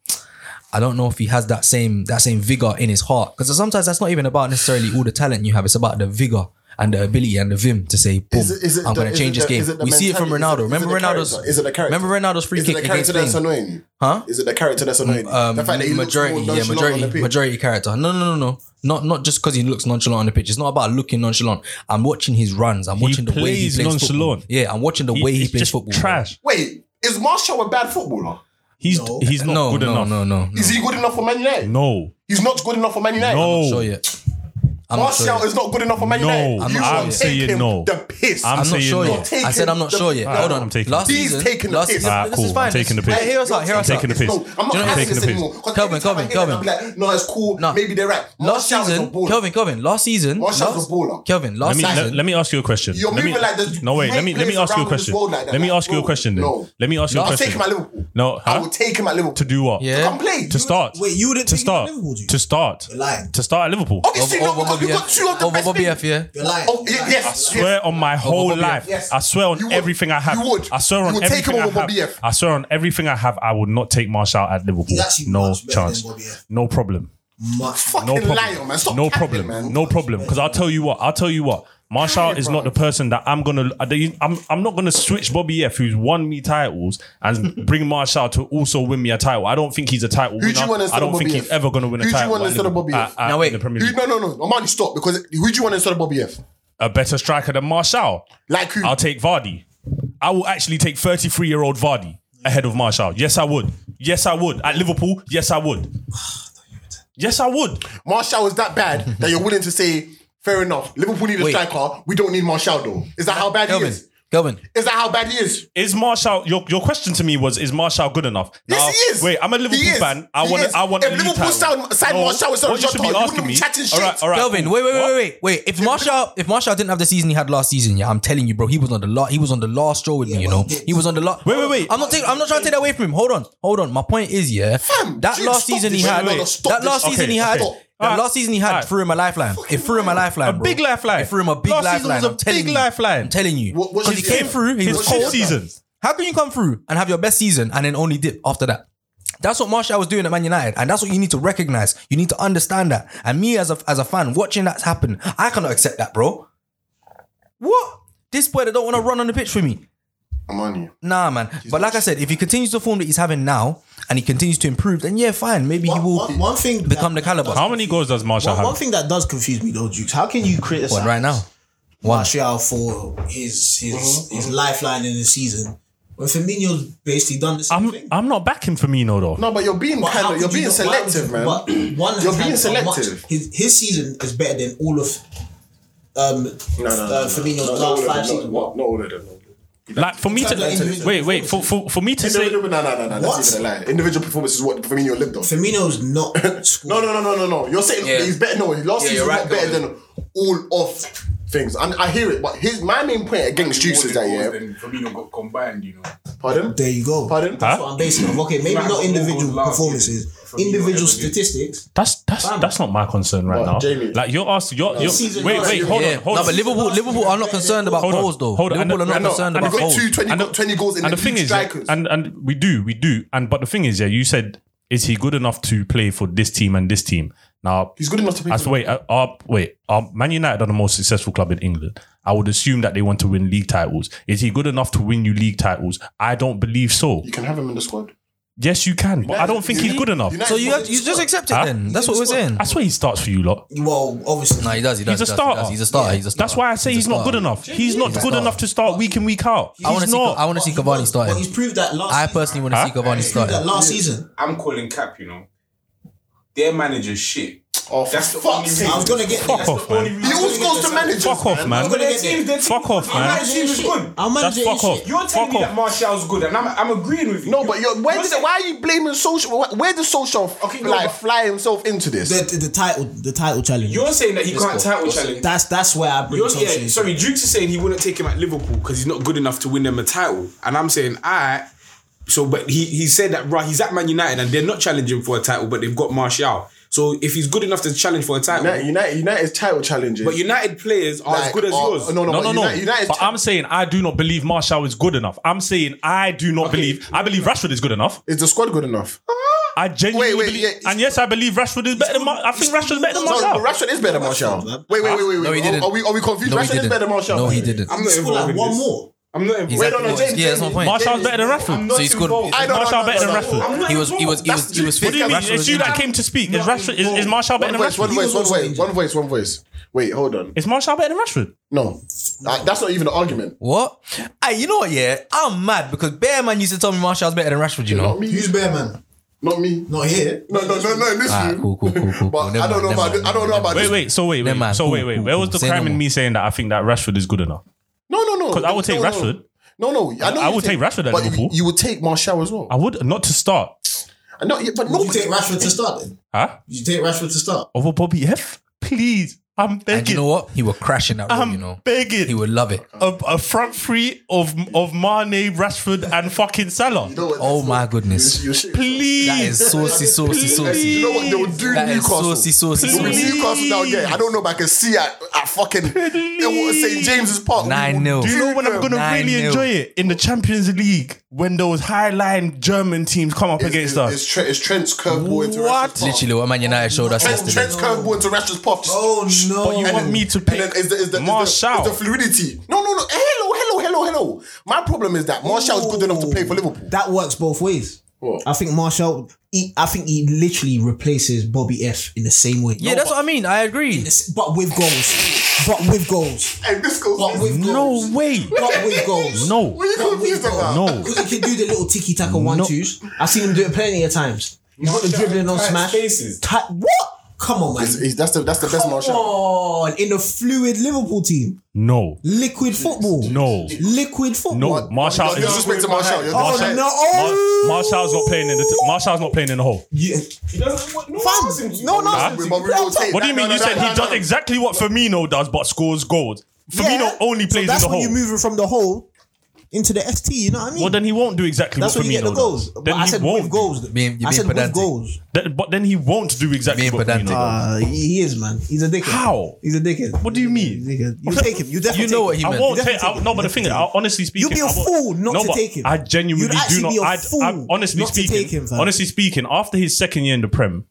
Speaker 2: I don't know if he has that same that same vigor in his heart because sometimes that's not even about necessarily all the talent you have. It's about the vigor and the ability and the vim to say, "Boom,
Speaker 1: Is it- is it
Speaker 2: I'm
Speaker 1: the-
Speaker 2: going
Speaker 1: is
Speaker 2: to
Speaker 1: it
Speaker 2: change this
Speaker 1: the-
Speaker 2: game."
Speaker 1: is it the
Speaker 2: we see it from Ronaldo.
Speaker 1: mentality? Is it- is
Speaker 2: remember
Speaker 1: it the
Speaker 2: Ronaldo's.
Speaker 1: character? Is it the character?
Speaker 2: Remember Ronaldo's free
Speaker 1: Is it
Speaker 2: kick
Speaker 1: the character
Speaker 2: against
Speaker 1: that's
Speaker 2: Spain?
Speaker 1: annoying you?
Speaker 2: Huh?
Speaker 1: Is it the character that's annoying you?
Speaker 2: Um,
Speaker 1: the fact that he looks
Speaker 2: majority,
Speaker 1: more
Speaker 2: yeah,
Speaker 1: nonchalant on the
Speaker 2: majority,
Speaker 1: pitch.
Speaker 2: majority character. No, no, no, no, not not just because he looks nonchalant on the pitch. It's not about looking nonchalant. I'm watching his runs. I'm watching the way he
Speaker 3: plays
Speaker 2: plays
Speaker 3: nonchalant.
Speaker 2: football. Yeah, I'm watching the
Speaker 3: He-
Speaker 2: way he
Speaker 3: he's
Speaker 2: plays
Speaker 3: just
Speaker 2: football.
Speaker 3: Trash.
Speaker 1: Wait, is Marshall a bad footballer?
Speaker 3: He's he's not
Speaker 2: No,
Speaker 3: good
Speaker 2: no,
Speaker 3: enough.
Speaker 2: no, no, no.
Speaker 1: Is he good enough for Man United?
Speaker 3: No,
Speaker 1: He's not good enough for Man United.
Speaker 3: no.
Speaker 2: Sure yet. I'm not sure
Speaker 1: Martial
Speaker 2: yet.
Speaker 1: is not good enough for Man
Speaker 3: No,
Speaker 1: United.
Speaker 3: I'm
Speaker 1: you
Speaker 2: not
Speaker 1: are
Speaker 2: sure.
Speaker 1: taking
Speaker 3: I'm saying no.
Speaker 1: The piss.
Speaker 3: I'm
Speaker 2: I'm not
Speaker 3: saying
Speaker 2: sure
Speaker 3: no.
Speaker 2: yet. I said I'm not
Speaker 1: Taking
Speaker 2: sure yet.
Speaker 1: the-
Speaker 2: Hold
Speaker 3: I'm
Speaker 2: on.
Speaker 3: taking
Speaker 2: Last
Speaker 1: the piss.
Speaker 2: season,
Speaker 1: He's taking the
Speaker 2: last
Speaker 1: piss.
Speaker 2: season,
Speaker 1: Ah,
Speaker 2: this
Speaker 3: cool.
Speaker 2: is
Speaker 3: I'm
Speaker 2: fine.
Speaker 3: taking the piss.
Speaker 2: Hey, hear us out. Hear us
Speaker 3: I'm
Speaker 2: out.
Speaker 3: taking the piss.
Speaker 1: No, I'm not
Speaker 2: Do you know-
Speaker 1: having
Speaker 3: Taking
Speaker 1: this
Speaker 3: the piss.
Speaker 1: anymore. 'Cause
Speaker 2: Kelvin,
Speaker 1: every time I hear
Speaker 2: Kelvin,
Speaker 1: that,
Speaker 2: Kelvin.
Speaker 1: I'm like, no, it's cool.
Speaker 2: No.
Speaker 1: Maybe they're right.
Speaker 2: Last
Speaker 1: Martial is a
Speaker 2: season,
Speaker 1: baller.
Speaker 2: Kelvin, Kelvin. Last season,
Speaker 1: Martial's
Speaker 2: last-
Speaker 1: a baller.
Speaker 2: Kelvin, last
Speaker 3: Let me,
Speaker 2: season.
Speaker 3: let, let me ask you a question.
Speaker 1: You're
Speaker 3: let me,
Speaker 1: moving like there's
Speaker 3: no wait. Let me let me
Speaker 1: great
Speaker 3: ask you a
Speaker 1: players
Speaker 3: question.
Speaker 1: around this world like that,
Speaker 3: let me
Speaker 1: like,
Speaker 3: ask you a
Speaker 1: bro,
Speaker 3: question. Then
Speaker 1: no.
Speaker 3: let me ask you a
Speaker 1: I'll
Speaker 3: question.
Speaker 1: take him at Liverpool.
Speaker 3: No,
Speaker 1: I
Speaker 3: huh?
Speaker 1: will take him at Liverpool.
Speaker 3: to do what?
Speaker 2: Yeah.
Speaker 1: Come play.
Speaker 3: To start.
Speaker 4: Wait, you wouldn't
Speaker 3: to
Speaker 4: take him at
Speaker 3: start.
Speaker 4: Liverpool, do you?
Speaker 3: To start.
Speaker 4: You're lying.
Speaker 3: To start at Liverpool.
Speaker 1: Obviously
Speaker 2: Over-
Speaker 1: not,
Speaker 2: over
Speaker 1: because we've got two of
Speaker 2: BF.
Speaker 1: the
Speaker 2: Over
Speaker 1: best
Speaker 2: Bobby
Speaker 1: men.
Speaker 2: F, yeah.
Speaker 4: You're lying.
Speaker 1: Oh,
Speaker 4: You're
Speaker 1: y-
Speaker 4: lying.
Speaker 1: yes.
Speaker 3: I swear on my whole
Speaker 2: Bobby F.
Speaker 3: life.
Speaker 1: Yes.
Speaker 3: I swear on
Speaker 1: You would.
Speaker 3: everything I have.
Speaker 1: You would.
Speaker 3: I swear
Speaker 1: You
Speaker 3: on
Speaker 1: would take
Speaker 3: everything
Speaker 1: him
Speaker 3: I
Speaker 1: over
Speaker 3: have.
Speaker 1: Bobby F.
Speaker 3: I swear on everything I have. I would not take Marshall at Liverpool.
Speaker 4: He's actually
Speaker 3: No
Speaker 4: much better than
Speaker 3: chance.
Speaker 4: Bobby F.
Speaker 3: No problem.
Speaker 4: Much
Speaker 1: Fucking
Speaker 3: No problem.
Speaker 1: liar, man. Stop
Speaker 3: no
Speaker 1: capping,
Speaker 3: problem.
Speaker 1: man.
Speaker 3: No problem. Because I'll tell you what. I'll tell you what. Marshall is not the person that I'm gonna. I don't- I'm, I'm not gonna switch Bobby F, who's won me titles,
Speaker 1: <laughs>
Speaker 3: and bring Marshall to also win me a title. I don't think he's a title
Speaker 1: do
Speaker 3: winner.
Speaker 1: you want
Speaker 3: I
Speaker 1: instead
Speaker 3: don't
Speaker 1: of
Speaker 3: think
Speaker 1: Bobby
Speaker 3: he's
Speaker 1: F?
Speaker 3: ever gonna win a
Speaker 1: Who do you
Speaker 3: title.
Speaker 1: want
Speaker 3: at
Speaker 1: instead of
Speaker 3: Liverpool-
Speaker 1: Bobby F?
Speaker 3: at- at-
Speaker 2: Now wait.
Speaker 3: in the Premier
Speaker 1: Who-
Speaker 3: League.
Speaker 1: No, no, no. Normani, stop. Because who do you want instead of Bobby F?
Speaker 3: a better striker than Marshall.
Speaker 1: Like who?
Speaker 3: I'll take Vardy. I will actually take 33 year old Vardy ahead of Marshall. Yes, I would. Yes, I would. At Liverpool, yes,
Speaker 1: <sighs>
Speaker 3: I would. Yes, I would.
Speaker 1: Martial is that
Speaker 2: <laughs>
Speaker 1: bad that you're willing to say, fair enough, Liverpool need a
Speaker 2: Wait.
Speaker 1: striker. We don't need Martial, though. Is that how bad he
Speaker 2: Kelvin,
Speaker 1: is?
Speaker 2: Kelvin.
Speaker 1: Is that how bad he is?
Speaker 3: Is Marshall your, your question to me was is Marshall good enough?
Speaker 1: Yes,
Speaker 3: Now,
Speaker 1: he is.
Speaker 3: Wait, I'm a
Speaker 1: He
Speaker 3: Liverpool
Speaker 1: is.
Speaker 3: fan. I
Speaker 1: He
Speaker 3: want.
Speaker 1: is.
Speaker 3: I want.
Speaker 1: If
Speaker 3: a league
Speaker 1: Liverpool
Speaker 3: title.
Speaker 1: signed- signed Martial instead of
Speaker 3: what you
Speaker 1: Jota,
Speaker 3: should be
Speaker 1: you wouldn't
Speaker 3: asking
Speaker 1: be
Speaker 3: me.
Speaker 1: chatting
Speaker 3: All right,
Speaker 1: shit.
Speaker 3: all right,
Speaker 2: Kelvin,
Speaker 3: cool.
Speaker 2: wait, wait, wait,
Speaker 3: What?
Speaker 2: wait, wait, wait. If Marshall, if Marshall didn't have the season he had last season, yeah, I'm telling you, bro, he was on the lot. He was on the last straw with me, you
Speaker 4: but
Speaker 2: know.
Speaker 4: he did.
Speaker 2: He was on the lot.
Speaker 3: Wait, wait, wait.
Speaker 2: I'm not taking. I'm not trying to take that away from him. Hold on, hold on. My point is, yeah,
Speaker 1: Fam,
Speaker 2: that
Speaker 1: Jim,
Speaker 2: last
Speaker 1: stop
Speaker 2: season he
Speaker 1: this.
Speaker 2: had,
Speaker 1: Wait, wait,
Speaker 2: that
Speaker 1: stop
Speaker 2: last
Speaker 1: this.
Speaker 2: season
Speaker 3: Okay,
Speaker 2: he had,
Speaker 3: okay.
Speaker 2: that
Speaker 3: Alright.
Speaker 2: last season he had
Speaker 3: Alright.
Speaker 2: threw him a lifeline. It threw him a lifeline,
Speaker 3: A
Speaker 2: bro.
Speaker 3: big lifeline.
Speaker 2: It threw him a big
Speaker 3: Last season
Speaker 2: lifeline.
Speaker 3: was a
Speaker 2: I'm telling
Speaker 3: big
Speaker 2: you.
Speaker 3: lifeline.
Speaker 2: I'm telling you.
Speaker 1: What- what's
Speaker 2: Because he
Speaker 1: his
Speaker 2: came
Speaker 1: fifth-
Speaker 2: through. He
Speaker 3: His
Speaker 2: was
Speaker 3: whole
Speaker 2: cold.
Speaker 3: season.
Speaker 2: How can you come through and have your best season and then only dip after that? That's what Martial was doing at Man United, and that's what you need to recognize. You need to understand that. And me as a as a fan watching that happen, I cannot accept that, bro. What? This boy that don't want to run on the pitch for me.
Speaker 1: I'm on you.
Speaker 2: Nah, man. but like I said, if he continues the form that he's having now and he continues to improve, then yeah, fine. Maybe
Speaker 4: One-
Speaker 2: he will
Speaker 4: one- one thing
Speaker 2: become
Speaker 4: that-
Speaker 2: the caliber.
Speaker 3: How many goals does Marshall
Speaker 4: One, one
Speaker 3: have?
Speaker 4: thing that does confuse me though, Jukes, how can you criticize
Speaker 2: One right now.
Speaker 4: Martial for his his his lifeline in the season when Firmino's basically done the same
Speaker 3: I'm.
Speaker 4: thing?
Speaker 3: I'm not backing Firmino though.
Speaker 1: No, but you're being
Speaker 4: But how
Speaker 1: kind of,
Speaker 4: could
Speaker 1: you're
Speaker 4: you
Speaker 1: being
Speaker 4: not- why would
Speaker 1: selective,
Speaker 4: you-
Speaker 1: man. <clears throat>
Speaker 4: But one has
Speaker 1: You're being
Speaker 4: had a much- uh,
Speaker 1: selective.
Speaker 4: his his season is better than all of um
Speaker 1: No, no, no,
Speaker 4: uh,
Speaker 1: no.
Speaker 4: Firmino's
Speaker 1: No, not all
Speaker 4: last
Speaker 1: of
Speaker 4: five
Speaker 1: them,
Speaker 4: seasons.
Speaker 1: Not not all of them.
Speaker 3: Like for me
Speaker 4: In terms of
Speaker 3: to
Speaker 4: individual
Speaker 3: wait, wait for, for for me to say
Speaker 1: Individual, no, no, no, no.
Speaker 4: What?
Speaker 1: That's even a lie. Individual performance is what Firmino lived on.
Speaker 4: Firmino's not
Speaker 1: <coughs> No,
Speaker 4: scoring.
Speaker 1: no, no, no, no, no. You're saying
Speaker 2: Yeah.
Speaker 1: he's better. No, last
Speaker 2: Yeah,
Speaker 1: season
Speaker 2: you're
Speaker 1: was
Speaker 2: right,
Speaker 1: not better
Speaker 2: Calvin.
Speaker 1: than all of things. And I hear it, but his my main point against Juice is that yeah.
Speaker 5: Then Firmino got combined, you know.
Speaker 1: Pardon.
Speaker 4: There you go.
Speaker 1: Pardon.
Speaker 4: That's what I'm basing it on. Okay, maybe
Speaker 5: Right,
Speaker 4: not
Speaker 5: but
Speaker 4: individual
Speaker 5: what was last
Speaker 4: performances,
Speaker 5: season? Firmino
Speaker 4: individual
Speaker 5: ever did.
Speaker 4: statistics.
Speaker 3: that's that's that's not my concern right
Speaker 1: What,
Speaker 3: now.
Speaker 1: Jamie?
Speaker 3: Like you're asked, you're, you're
Speaker 4: season
Speaker 3: wait,
Speaker 4: last
Speaker 3: wait,
Speaker 4: year.
Speaker 3: hold
Speaker 2: yeah.
Speaker 3: on, hold
Speaker 2: no,
Speaker 3: on.
Speaker 2: but Liverpool, Liverpool are not concerned about
Speaker 3: Hold on,
Speaker 2: goals though.
Speaker 3: hold on, and
Speaker 2: Liverpool
Speaker 3: the-
Speaker 2: are
Speaker 1: I
Speaker 2: not
Speaker 1: know,
Speaker 2: concerned
Speaker 1: and
Speaker 2: about
Speaker 1: they've got
Speaker 2: goals.
Speaker 1: two 20,
Speaker 3: And the-
Speaker 1: 20 goals in
Speaker 3: and
Speaker 1: the
Speaker 3: the thing is, yeah,
Speaker 1: strikers.
Speaker 3: and and we do, we do, and but the thing is, yeah, you said is he good enough to play for this team and this team? Now
Speaker 1: he's good enough to play.
Speaker 3: As
Speaker 1: for-
Speaker 3: wait, uh, uh, wait, uh, Man United are the most successful club in England. I would assume that they want to win league titles. Is he good enough to win you league titles? I don't believe so.
Speaker 1: You can have him in the squad.
Speaker 3: Yes, you can, but I don't think he's
Speaker 1: United-
Speaker 3: good enough.
Speaker 1: United-
Speaker 2: So you have, you just accept it
Speaker 3: Huh?
Speaker 2: then. That's what we're saying.
Speaker 3: I swear he starts for you lot.
Speaker 4: Well, obviously,
Speaker 2: No, he does. He does.
Speaker 3: He's
Speaker 2: he
Speaker 3: a
Speaker 2: does,
Speaker 3: starter.
Speaker 2: He does. He's a starter. He's a starter.
Speaker 3: That's why I say he's,
Speaker 2: a
Speaker 3: not
Speaker 2: starter.
Speaker 3: good enough. He's not good enough to start week in week out.
Speaker 2: I want to
Speaker 3: He's
Speaker 2: see. I
Speaker 3: not.
Speaker 2: want to see
Speaker 4: But-
Speaker 2: Cavani
Speaker 4: but- But he's
Speaker 2: starting.
Speaker 4: proved that last.
Speaker 2: I
Speaker 4: season.
Speaker 2: personally want to
Speaker 3: Huh?
Speaker 2: see Cavani
Speaker 4: He proved that
Speaker 2: starting.
Speaker 4: last season.
Speaker 5: I'm calling cap, you know. Their manager's shit.
Speaker 1: Oh, for
Speaker 5: That's the only
Speaker 1: fuck's
Speaker 5: reason.
Speaker 1: sake.
Speaker 4: I was gonna get
Speaker 3: Fuck
Speaker 4: there.
Speaker 3: off, man.
Speaker 1: He always goes to managers.
Speaker 3: Fuck off, man.
Speaker 4: But their
Speaker 5: team- their team-
Speaker 3: Fuck off,
Speaker 5: our
Speaker 3: man.
Speaker 5: manager team is good.
Speaker 4: Our manager
Speaker 3: That's
Speaker 4: is
Speaker 3: fuck
Speaker 4: shit.
Speaker 3: off.
Speaker 5: You're telling
Speaker 3: Fuck
Speaker 5: me
Speaker 3: off.
Speaker 5: that Martial's good, and I'm, I'm agreeing with you.
Speaker 1: No, but you're, where
Speaker 5: You're
Speaker 1: did,
Speaker 5: saying-
Speaker 1: why are you blaming social? Where, where does social
Speaker 5: Okay, no,
Speaker 1: like
Speaker 5: but-
Speaker 1: fly himself into this?
Speaker 4: The, the, the title, the title challenge.
Speaker 5: You're saying that he can't title challenge.
Speaker 4: that's that's where I bring
Speaker 5: You're,
Speaker 4: Solskjaer
Speaker 5: yeah,
Speaker 4: in.
Speaker 5: sorry, Dukes is saying he wouldn't take him at Liverpool because he's not good enough to win them a title, and I'm saying I. So, but he he said that right, he's at Man United and they're not challenging for a title, but they've got Martial. So if he's good enough to challenge for a title,
Speaker 1: United, United, United's title challenges.
Speaker 5: but United players are as
Speaker 1: like,
Speaker 5: good as
Speaker 1: are-
Speaker 5: yours.
Speaker 1: No, no,
Speaker 3: No,
Speaker 1: but
Speaker 3: no, no.
Speaker 1: United, United's
Speaker 3: But I'm saying I do not believe Marshall is good enough. I'm saying I do not believe. I believe Rashford is good enough.
Speaker 1: is the squad good enough?
Speaker 3: I genuinely
Speaker 1: Wait, wait,
Speaker 3: believe,
Speaker 1: yeah, he's-
Speaker 3: and yes, I believe Rashford is better than. Mar- I think Rashford's better than
Speaker 1: No,
Speaker 3: Martial.
Speaker 1: Rashford is better than Martial.
Speaker 4: man.
Speaker 1: Wait, wait, wait, wait. wait.
Speaker 2: No, he didn't.
Speaker 1: Are we, are we confused?
Speaker 2: No, he
Speaker 1: Rashford is
Speaker 2: didn't.
Speaker 1: better than Martial.
Speaker 2: No, he didn't.
Speaker 5: I'm
Speaker 4: He
Speaker 5: not
Speaker 4: scored
Speaker 5: involved
Speaker 4: like
Speaker 5: in
Speaker 4: one
Speaker 5: this.
Speaker 4: more.
Speaker 5: I'm not involved.
Speaker 2: He's at
Speaker 1: no,
Speaker 2: the
Speaker 1: James-
Speaker 2: point. Yeah, that's my
Speaker 1: James-
Speaker 2: point.
Speaker 3: Martial's better than
Speaker 5: I'm
Speaker 3: Rashford.
Speaker 5: not
Speaker 2: So he's good.
Speaker 5: involved.
Speaker 1: I don't
Speaker 3: Martial
Speaker 1: know,
Speaker 3: better
Speaker 1: no, no,
Speaker 3: than
Speaker 1: no.
Speaker 3: Rashford.
Speaker 5: I'm not
Speaker 2: He was. He
Speaker 5: involved.
Speaker 2: was. He
Speaker 1: That's
Speaker 2: was. He was
Speaker 1: the-
Speaker 2: fit.
Speaker 1: What do you mean?
Speaker 2: Rashford
Speaker 3: It's
Speaker 2: was
Speaker 3: you that
Speaker 2: injured.
Speaker 3: came to speak. Is
Speaker 4: No,
Speaker 3: Rashford? Is, is Martial
Speaker 1: One
Speaker 3: better than
Speaker 1: voice, one
Speaker 3: Rashford?
Speaker 1: voice, one
Speaker 4: also
Speaker 1: voice,
Speaker 4: injured.
Speaker 1: one voice, one voice. Wait, hold on.
Speaker 3: Is Martial better than Rashford?
Speaker 1: No, Uh, that's not even an argument.
Speaker 2: What? Hey, you know what? Yeah, I'm mad because Bear Man used to tell me Martial's better than Rashford. You
Speaker 1: Not
Speaker 2: know.
Speaker 1: me.
Speaker 4: Who's bear man?
Speaker 1: Not me.
Speaker 4: Not here.
Speaker 1: No, no, no, no. in this
Speaker 2: Ah,
Speaker 1: room.
Speaker 2: cool, cool, cool, cool. cool.
Speaker 1: But I don't know about. this- I don't know about.
Speaker 3: Wait,
Speaker 1: this-
Speaker 3: wait. So wait, wait.
Speaker 2: Never mind.
Speaker 3: So
Speaker 2: Cool,
Speaker 3: wait, wait.
Speaker 2: cool,
Speaker 3: Where was
Speaker 2: cool.
Speaker 3: the
Speaker 2: Say
Speaker 3: crime
Speaker 2: no
Speaker 3: in
Speaker 2: more.
Speaker 3: me saying that I think that Rashford is good enough?
Speaker 1: No, no, no.
Speaker 3: 'Cause I would
Speaker 1: No,
Speaker 3: take
Speaker 1: no.
Speaker 3: Rashford.
Speaker 1: No, no. I, know
Speaker 3: I
Speaker 1: you
Speaker 3: would take Rashford at
Speaker 1: but you-
Speaker 3: Liverpool. Oh.
Speaker 1: You would take Martial as well.
Speaker 3: I would not to start,
Speaker 1: No, yeah, but
Speaker 4: Would you
Speaker 1: nobody.
Speaker 4: take Rashford to start then?
Speaker 3: huh?
Speaker 4: Would you take Rashford to start?
Speaker 3: Over Bobby F. Please, I'm
Speaker 2: And you know
Speaker 3: begging.
Speaker 2: what? He would crash in that room. You know,
Speaker 3: I'm begging.
Speaker 2: he would love it.
Speaker 3: a, a front three of of Mane, Rashford, and fucking Salah.
Speaker 1: No, that's
Speaker 2: Oh
Speaker 1: not-
Speaker 2: my goodness.
Speaker 1: You- you shit.
Speaker 3: Please,
Speaker 2: That is saucy, saucy,
Speaker 1: You
Speaker 2: saucy.
Speaker 1: know what? They would do
Speaker 2: That is
Speaker 1: Newcastle.
Speaker 2: saucy, saucy,
Speaker 1: They would do
Speaker 2: saucy.
Speaker 1: Newcastle now, yeah. I don't know, but I can see at, at fucking at St. James's Park.
Speaker 2: 9-0.
Speaker 3: Do you know when I'm gonna
Speaker 2: Nine
Speaker 3: really
Speaker 2: nil.
Speaker 3: enjoy it in the Champions League when those high line German teams come up
Speaker 1: It's,
Speaker 3: against
Speaker 1: it's,
Speaker 3: us?
Speaker 1: it's, Tre- it's Trent's curveball into
Speaker 3: What?
Speaker 1: Rashford's path.
Speaker 2: Literally, what Man United showed us
Speaker 1: Trent's,
Speaker 2: yesterday.
Speaker 1: Trent's curveball into Rashford's path.
Speaker 4: Oh no!
Speaker 3: But you want me to
Speaker 1: And then
Speaker 3: pick
Speaker 1: is the, is the, is the, is
Speaker 3: Martial?
Speaker 1: the fluidity. No, no, no. Hello, hello, hello, hello. My problem is that Martial is good enough to play for Liverpool.
Speaker 4: That works both ways.
Speaker 1: What?
Speaker 4: I think Marshall. He, I think he literally replaces Bobby F in the same way.
Speaker 2: Yeah, that's what I mean. I agree.
Speaker 4: but with goals. But with goals.
Speaker 1: and this goes. <laughs>
Speaker 4: But with goals.
Speaker 3: No way.
Speaker 4: But with goals.
Speaker 3: No.
Speaker 1: What are you confused about?
Speaker 3: No.
Speaker 4: <laughs> Because he can do the little tiki taka one twos. I've seen him do it plenty of times. He's got the
Speaker 5: Martial
Speaker 4: dribbling on
Speaker 5: tight
Speaker 4: smash.
Speaker 5: spaces.
Speaker 4: Tight- what? Come on, man.
Speaker 1: He's- he's- that's the that's the best Martial.
Speaker 4: Come on. In a fluid Liverpool team.
Speaker 3: No.
Speaker 4: Liquid football.
Speaker 3: No.
Speaker 4: Liquid football.
Speaker 3: No. Marshall
Speaker 1: You're
Speaker 3: is
Speaker 1: disrespecting to Martial. You're
Speaker 4: Oh,
Speaker 1: disrespecting-
Speaker 4: no. Oh.
Speaker 3: Marshall's not playing in the t- Marshall's not playing in the hole.
Speaker 4: Yeah.
Speaker 5: He doesn't want- no one wants him
Speaker 4: Fam.
Speaker 5: to.
Speaker 4: No, no.
Speaker 1: Huh?
Speaker 3: What do you mean?
Speaker 1: No,
Speaker 3: You
Speaker 1: no,
Speaker 3: said
Speaker 1: no,
Speaker 3: he
Speaker 1: no,
Speaker 3: does
Speaker 1: no.
Speaker 3: exactly what Firmino does, but scores goals. Firmino
Speaker 4: Yeah.
Speaker 3: only
Speaker 4: So
Speaker 3: plays in
Speaker 4: that's
Speaker 3: the
Speaker 4: when
Speaker 3: hole.
Speaker 4: you're moving from the hole into the ST. You know what I mean?
Speaker 3: Well, then he won't do exactly
Speaker 4: that's
Speaker 3: what
Speaker 4: when
Speaker 3: Firmino
Speaker 4: you get the goals.
Speaker 3: does.
Speaker 4: But
Speaker 3: Then
Speaker 4: I
Speaker 3: he
Speaker 4: said
Speaker 3: won't.
Speaker 4: with goals.
Speaker 2: Being- you're
Speaker 4: I
Speaker 2: being
Speaker 4: said with
Speaker 2: pedantic.
Speaker 4: goals.
Speaker 3: Then- but then he won't do exactly
Speaker 2: Being
Speaker 3: what Firmino
Speaker 2: pedantic.
Speaker 3: does.
Speaker 4: Uh, he is, man. He's a dickhead.
Speaker 3: How?
Speaker 4: He's a dickhead.
Speaker 3: What do you mean?
Speaker 4: He's a dickhead. You take him. You definitely
Speaker 2: You know
Speaker 4: take
Speaker 2: what
Speaker 4: him.
Speaker 2: he
Speaker 3: I
Speaker 2: meant.
Speaker 3: won't
Speaker 4: Definitely
Speaker 3: take.
Speaker 4: take
Speaker 3: I,
Speaker 4: him.
Speaker 3: no, but the thing is, I, honestly speaking,
Speaker 4: be a
Speaker 3: I won't-
Speaker 4: fool not
Speaker 3: no,
Speaker 4: to
Speaker 3: but
Speaker 4: take him.
Speaker 3: I genuinely
Speaker 4: You'd
Speaker 3: do
Speaker 4: actually
Speaker 3: not.
Speaker 4: be a
Speaker 3: I, I
Speaker 4: fool
Speaker 3: honestly
Speaker 4: not to
Speaker 3: speaking,
Speaker 4: take him, fam.
Speaker 3: honestly speaking, after his second year in the Prem,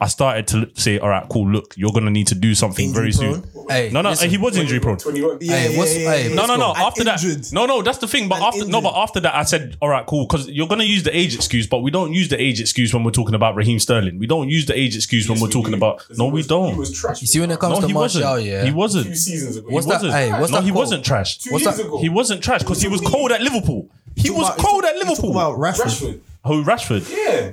Speaker 3: I started to l- say, "All right, cool. Look, you're gonna need to do something very
Speaker 4: Injury
Speaker 3: soon."
Speaker 2: Hey,
Speaker 3: No, no,
Speaker 2: listen.
Speaker 3: he was injury prone.
Speaker 5: When he went-
Speaker 4: Yeah,
Speaker 2: Hey, what's-
Speaker 4: yeah, yeah,
Speaker 2: hey,
Speaker 4: yeah.
Speaker 3: No, no, no.
Speaker 4: And
Speaker 3: After
Speaker 4: injured.
Speaker 3: that, no, no. That's the thing. But
Speaker 4: And
Speaker 3: after no,
Speaker 4: injured.
Speaker 3: but after that, I said, "All right, cool," because you're gonna use the age excuse, but we don't use the age excuse when we're talking about Raheem Sterling. We don't use the age excuse when we're talking about. No, we
Speaker 5: He was
Speaker 3: don't.
Speaker 5: trash.
Speaker 2: You see when it comes
Speaker 3: No,
Speaker 2: to
Speaker 3: he
Speaker 2: Martial,
Speaker 3: wasn't.
Speaker 2: yeah.
Speaker 3: He
Speaker 5: two
Speaker 3: wasn't.
Speaker 5: seasons ago.
Speaker 2: What's
Speaker 5: He
Speaker 2: that?
Speaker 5: wasn't
Speaker 2: Hey,
Speaker 5: trash.
Speaker 2: what's
Speaker 3: No,
Speaker 2: that
Speaker 3: he
Speaker 2: quote?
Speaker 3: wasn't trash.
Speaker 5: Two
Speaker 2: what's
Speaker 5: years
Speaker 2: that-
Speaker 5: ago.
Speaker 3: He wasn't trash because he was cold at Liverpool. He was
Speaker 4: But
Speaker 3: cold at
Speaker 4: you talk- you talk
Speaker 3: Liverpool.
Speaker 4: about Rashford.
Speaker 5: Rashford.
Speaker 3: Who Rashford?
Speaker 5: Yeah.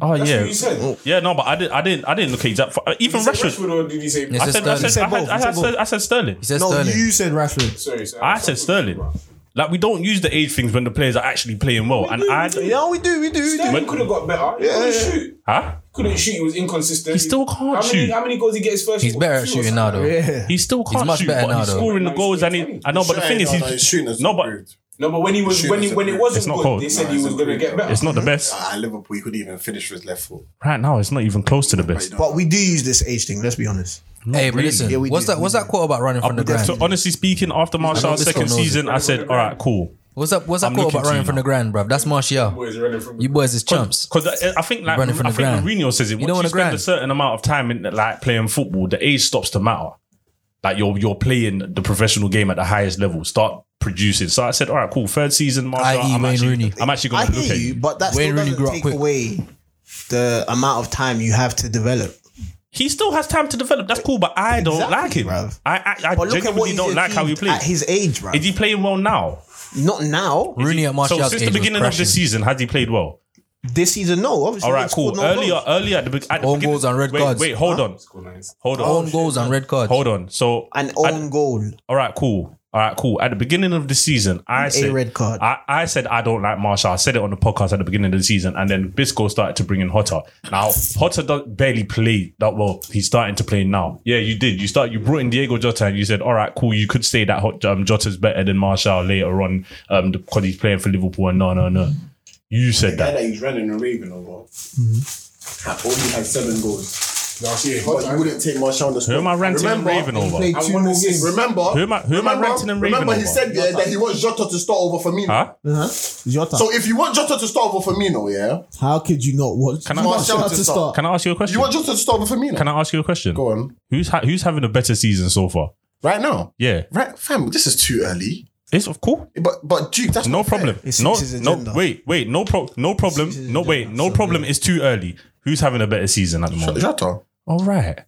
Speaker 3: Oh
Speaker 5: That's
Speaker 3: yeah,
Speaker 5: what you said. Did
Speaker 3: yeah. No, but I didn't. I didn't. I didn't look at exact. Even
Speaker 5: you say
Speaker 3: Rashford.
Speaker 5: Rashford or did he say?
Speaker 2: Yes,
Speaker 3: I
Speaker 2: it's
Speaker 3: said. I
Speaker 2: Sterling.
Speaker 3: said. I
Speaker 4: He said
Speaker 3: had-
Speaker 4: both.
Speaker 3: I
Speaker 4: He
Speaker 3: had
Speaker 4: said
Speaker 3: I said Sterling.
Speaker 2: He said
Speaker 4: No,
Speaker 2: Sterling.
Speaker 4: you said Rashford.
Speaker 5: Sorry, sorry.
Speaker 3: I said Sterling. Like we don't use the age things when the players are actually playing well. and I,
Speaker 5: do.
Speaker 3: yeah, we do, we do. we do.
Speaker 5: Sterling could have got better. He couldn't shoot.
Speaker 3: Huh?
Speaker 5: Couldn't shoot. He was inconsistent. He
Speaker 3: still can't
Speaker 5: how Many,
Speaker 3: shoot.
Speaker 5: how many goals he gets first?
Speaker 2: He's better at shooting now, though.
Speaker 3: He still can't
Speaker 2: much
Speaker 3: shoot,
Speaker 2: better
Speaker 3: but
Speaker 2: now,
Speaker 3: he's
Speaker 2: though.
Speaker 3: scoring the
Speaker 5: No,
Speaker 3: goals.
Speaker 5: he's
Speaker 3: And he, I know, but the
Speaker 1: Shooting,
Speaker 3: thing is,
Speaker 1: no, no,
Speaker 3: he's
Speaker 1: his shooting has
Speaker 3: no, but
Speaker 1: improved.
Speaker 5: No, but when he was
Speaker 1: Shooting
Speaker 5: when he,
Speaker 1: is
Speaker 5: when it
Speaker 1: improved.
Speaker 5: wasn't
Speaker 3: It's not
Speaker 5: good,
Speaker 3: cold.
Speaker 5: they said
Speaker 1: No,
Speaker 5: he
Speaker 1: it's
Speaker 5: was going to
Speaker 1: improved.
Speaker 5: get better.
Speaker 3: it's not the best
Speaker 1: Ah, Liverpool, he couldn't even finish with his left foot.
Speaker 3: right now. It's not even close to the best.
Speaker 4: But we do use this age thing. Let's be honest.
Speaker 2: Hey, but listen,
Speaker 4: Yeah, we
Speaker 2: what's
Speaker 4: do.
Speaker 2: that? What's that quote about running from the grind?
Speaker 3: So honestly speaking, after Martial's
Speaker 2: this
Speaker 3: second
Speaker 2: one knows it.
Speaker 3: season, I said, all right, cool.
Speaker 2: What's up? What's that
Speaker 3: I'm
Speaker 2: quote
Speaker 3: looking
Speaker 2: about
Speaker 3: to
Speaker 2: running
Speaker 3: you
Speaker 2: from
Speaker 3: now.
Speaker 2: the grind, bruv? That's Martial.
Speaker 5: Boys running from
Speaker 2: You boys is chumps.
Speaker 3: Because I, I think like I
Speaker 2: Running
Speaker 3: think
Speaker 2: from the ground.
Speaker 3: Mourinho says it.
Speaker 2: You
Speaker 3: Once
Speaker 2: don't
Speaker 3: you,
Speaker 2: wanna
Speaker 3: spend a
Speaker 2: grind.
Speaker 3: certain amount of time in like playing football, the age stops to matter. Like you're you're playing the professional game at the highest level. Start producing. So I said, all right, cool. Third season, Martial.
Speaker 2: I.e.
Speaker 3: I'm,
Speaker 2: Wayne
Speaker 3: actually,
Speaker 2: Rooney.
Speaker 3: I'm actually
Speaker 4: I
Speaker 3: going to look
Speaker 4: hear
Speaker 3: at
Speaker 4: you,
Speaker 3: you.
Speaker 4: but that
Speaker 2: Wayne Rooney
Speaker 4: still doesn't
Speaker 2: grew up
Speaker 4: take
Speaker 2: quick.
Speaker 4: away the amount of time you have to develop.
Speaker 3: He still has time to develop. That's cool, but I don't
Speaker 4: Exactly,
Speaker 3: like him.
Speaker 4: bruv.
Speaker 3: I I, I
Speaker 4: But look at what
Speaker 3: genuinely
Speaker 4: he's
Speaker 3: don't like how he
Speaker 4: achieved
Speaker 3: plays.
Speaker 4: at his age, bro.
Speaker 3: Is Mm. he playing well now?
Speaker 4: Not now.
Speaker 2: Rooney at
Speaker 3: So
Speaker 2: Martial's
Speaker 3: since
Speaker 2: age was
Speaker 3: the beginning of
Speaker 2: crashing.
Speaker 3: this season, has he played well?
Speaker 4: This season, no. Obviously,
Speaker 3: All
Speaker 4: he
Speaker 3: right,
Speaker 4: scored
Speaker 3: cool.
Speaker 4: no
Speaker 3: Earlier,
Speaker 4: goals.
Speaker 3: earlier at the, be- at the
Speaker 2: Own
Speaker 3: beginning-
Speaker 2: goals and red
Speaker 3: wait,
Speaker 2: cards.
Speaker 3: Wait, hold on, hold on,
Speaker 4: Oh.
Speaker 2: own goals and red cards.
Speaker 3: hold on. So
Speaker 4: an own goal.
Speaker 3: all right, cool. All right, cool. At the beginning of the season, I said
Speaker 4: red card.
Speaker 3: I, I said I don't like Marshall. I said it on the podcast at the beginning of the season, and then Bisco started to bring in Hotter. Now Hotter don't barely play that well. He's starting to play now. Yeah, you did. You start. You brought in Diego Jota, and you said, all right, cool. You could say that Hot, um, Jota's better than Marshall later on, um, because he's playing for Liverpool. And no, no, no. You said
Speaker 1: Yeah,
Speaker 3: that.
Speaker 1: that he's running and raving over.
Speaker 3: Mm-hmm.
Speaker 1: mm Only had seven goals.
Speaker 5: last year.
Speaker 1: But you wouldn't take Martial on the squad.
Speaker 3: Who am I ranting and
Speaker 1: Remember-
Speaker 3: raving over?
Speaker 5: I want to see.
Speaker 1: Remember,
Speaker 3: Who am I- who am I
Speaker 1: remember,
Speaker 3: ranting and raving
Speaker 1: Remember, he
Speaker 3: over?
Speaker 1: said yeah, that he wants Jota to start over Firmino.
Speaker 3: Huh?
Speaker 4: Uh-huh. Jota,
Speaker 1: So if you want Jota to start over Firmino, yeah,
Speaker 4: how could you not watch
Speaker 3: Can I- Martial
Speaker 1: to start.
Speaker 3: Can I ask you a question?
Speaker 1: you want Jota to start over Firmino.
Speaker 3: Can I ask you a question?
Speaker 1: go on
Speaker 3: Who's ha- who's having a better season so far?
Speaker 1: right now?
Speaker 3: Yeah,
Speaker 1: Right, fam, this is too early.
Speaker 3: it's of course.
Speaker 1: But but Duke, that's
Speaker 3: No
Speaker 1: not fair.
Speaker 3: problem.
Speaker 4: It's
Speaker 3: No,
Speaker 4: his agenda.
Speaker 3: no, wait, wait, no pro- no problem.
Speaker 4: his
Speaker 3: No wait,
Speaker 4: agenda,
Speaker 3: no
Speaker 4: so
Speaker 3: problem. It's too early. Who's having a better season at the moment?
Speaker 1: Jota.
Speaker 3: All right,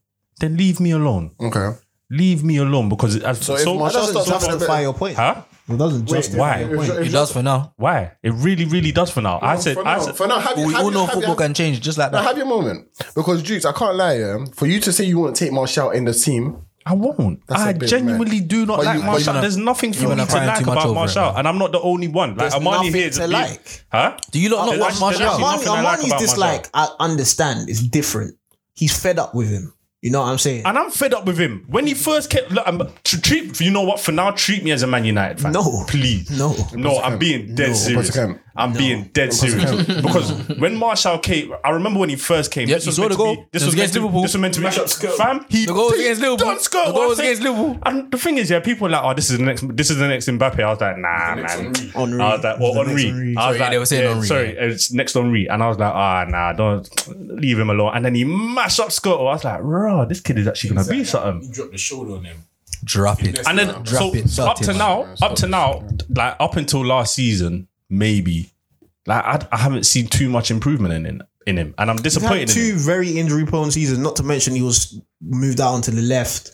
Speaker 3: then leave me alone.
Speaker 1: Okay.
Speaker 3: Leave me alone because as,
Speaker 1: So
Speaker 3: so,
Speaker 1: if Martial
Speaker 4: That doesn't
Speaker 1: Stop, stop,
Speaker 4: justify
Speaker 1: stop.
Speaker 4: your point.
Speaker 3: huh?
Speaker 4: It doesn't justify
Speaker 3: why?
Speaker 4: your point.
Speaker 2: He does for now.
Speaker 3: Why? It really, really does for now. I said,
Speaker 1: for
Speaker 3: I
Speaker 1: now,
Speaker 3: said,
Speaker 1: for now, have, you-
Speaker 2: We
Speaker 1: have
Speaker 2: all
Speaker 1: you-
Speaker 2: know
Speaker 1: have you-
Speaker 2: football can change just like
Speaker 1: Now
Speaker 2: that.
Speaker 1: have your moment because Jukes, I can't lie. Yeah, for you to say you want to take Martial in the team,
Speaker 3: I won't.
Speaker 1: That's a
Speaker 3: I
Speaker 1: bit
Speaker 3: genuinely
Speaker 1: mad.
Speaker 3: do not
Speaker 1: But
Speaker 3: like
Speaker 1: you- but
Speaker 3: Marshall.
Speaker 2: you're not-
Speaker 3: There's nothing for
Speaker 2: you're
Speaker 3: me to
Speaker 2: not crying
Speaker 3: like
Speaker 2: too much
Speaker 3: about
Speaker 2: over it,
Speaker 3: Marshall,
Speaker 2: man.
Speaker 3: and I'm not the only one. Like Amani
Speaker 4: nothing
Speaker 3: here, is
Speaker 4: to
Speaker 3: being-
Speaker 4: like.
Speaker 3: huh?
Speaker 2: Do you lot not
Speaker 3: There's
Speaker 2: watch
Speaker 3: actually- there's
Speaker 2: Martial?
Speaker 3: actually
Speaker 4: Armani,
Speaker 3: nothing I like
Speaker 4: Armani's
Speaker 3: about
Speaker 4: just
Speaker 3: Martial.
Speaker 4: like I understand. It's different. He's fed up with him. You know what I'm saying?
Speaker 3: And I'm fed up with him. When he first came, look, I'm, tr- treat you know what? For now, treat me as a Man United fan.
Speaker 4: No.
Speaker 3: please,
Speaker 4: No.
Speaker 3: no. I'm being dead serious.
Speaker 1: Impossible.
Speaker 3: I'm being dead serious
Speaker 2: <laughs>
Speaker 3: because when Marshall came, I remember when he first came.
Speaker 2: Yeah,
Speaker 3: this
Speaker 2: you
Speaker 3: was
Speaker 2: saw
Speaker 3: meant
Speaker 2: the
Speaker 3: to
Speaker 2: goal.
Speaker 3: be. This
Speaker 2: It
Speaker 3: was
Speaker 2: was
Speaker 3: meant
Speaker 2: against
Speaker 3: to.
Speaker 2: Liverpool.
Speaker 3: This was meant to be.
Speaker 5: Match up skirt.
Speaker 3: Fam, he
Speaker 2: The goal was against Liverpool.
Speaker 3: Don't skirt.
Speaker 2: The
Speaker 3: what
Speaker 2: goal
Speaker 3: I'm
Speaker 2: was
Speaker 3: saying.
Speaker 2: against Liverpool.
Speaker 3: And the thing is, yeah, people are like, oh, this is the next. This is the next Mbappe. I was like, nah, man.
Speaker 4: Henri.
Speaker 3: I was like, well,
Speaker 4: The next
Speaker 3: Henri. Ah,
Speaker 2: Sorry,
Speaker 3: I was
Speaker 4: Henri.
Speaker 3: like,
Speaker 2: they were saying
Speaker 3: yeah,
Speaker 2: Henri,
Speaker 3: Sorry, it's next Henri. And I was like, ah, nah, don't leave him alone. And then he mashed up Scott. I was like, raw, this kid is actually gonna be something.
Speaker 5: He dropped the shoulder on him.
Speaker 2: Drop it.
Speaker 3: And then
Speaker 2: Drop
Speaker 3: so
Speaker 2: it, shut
Speaker 3: up to
Speaker 2: it,
Speaker 3: now, up to now, like up until last season, maybe. Like I, I haven't seen too much improvement in in, in him, and I'm
Speaker 4: He's had
Speaker 3: disappointed. in
Speaker 4: two
Speaker 3: him.
Speaker 4: very injury prone seasons. Not to mention he was moved out onto the left.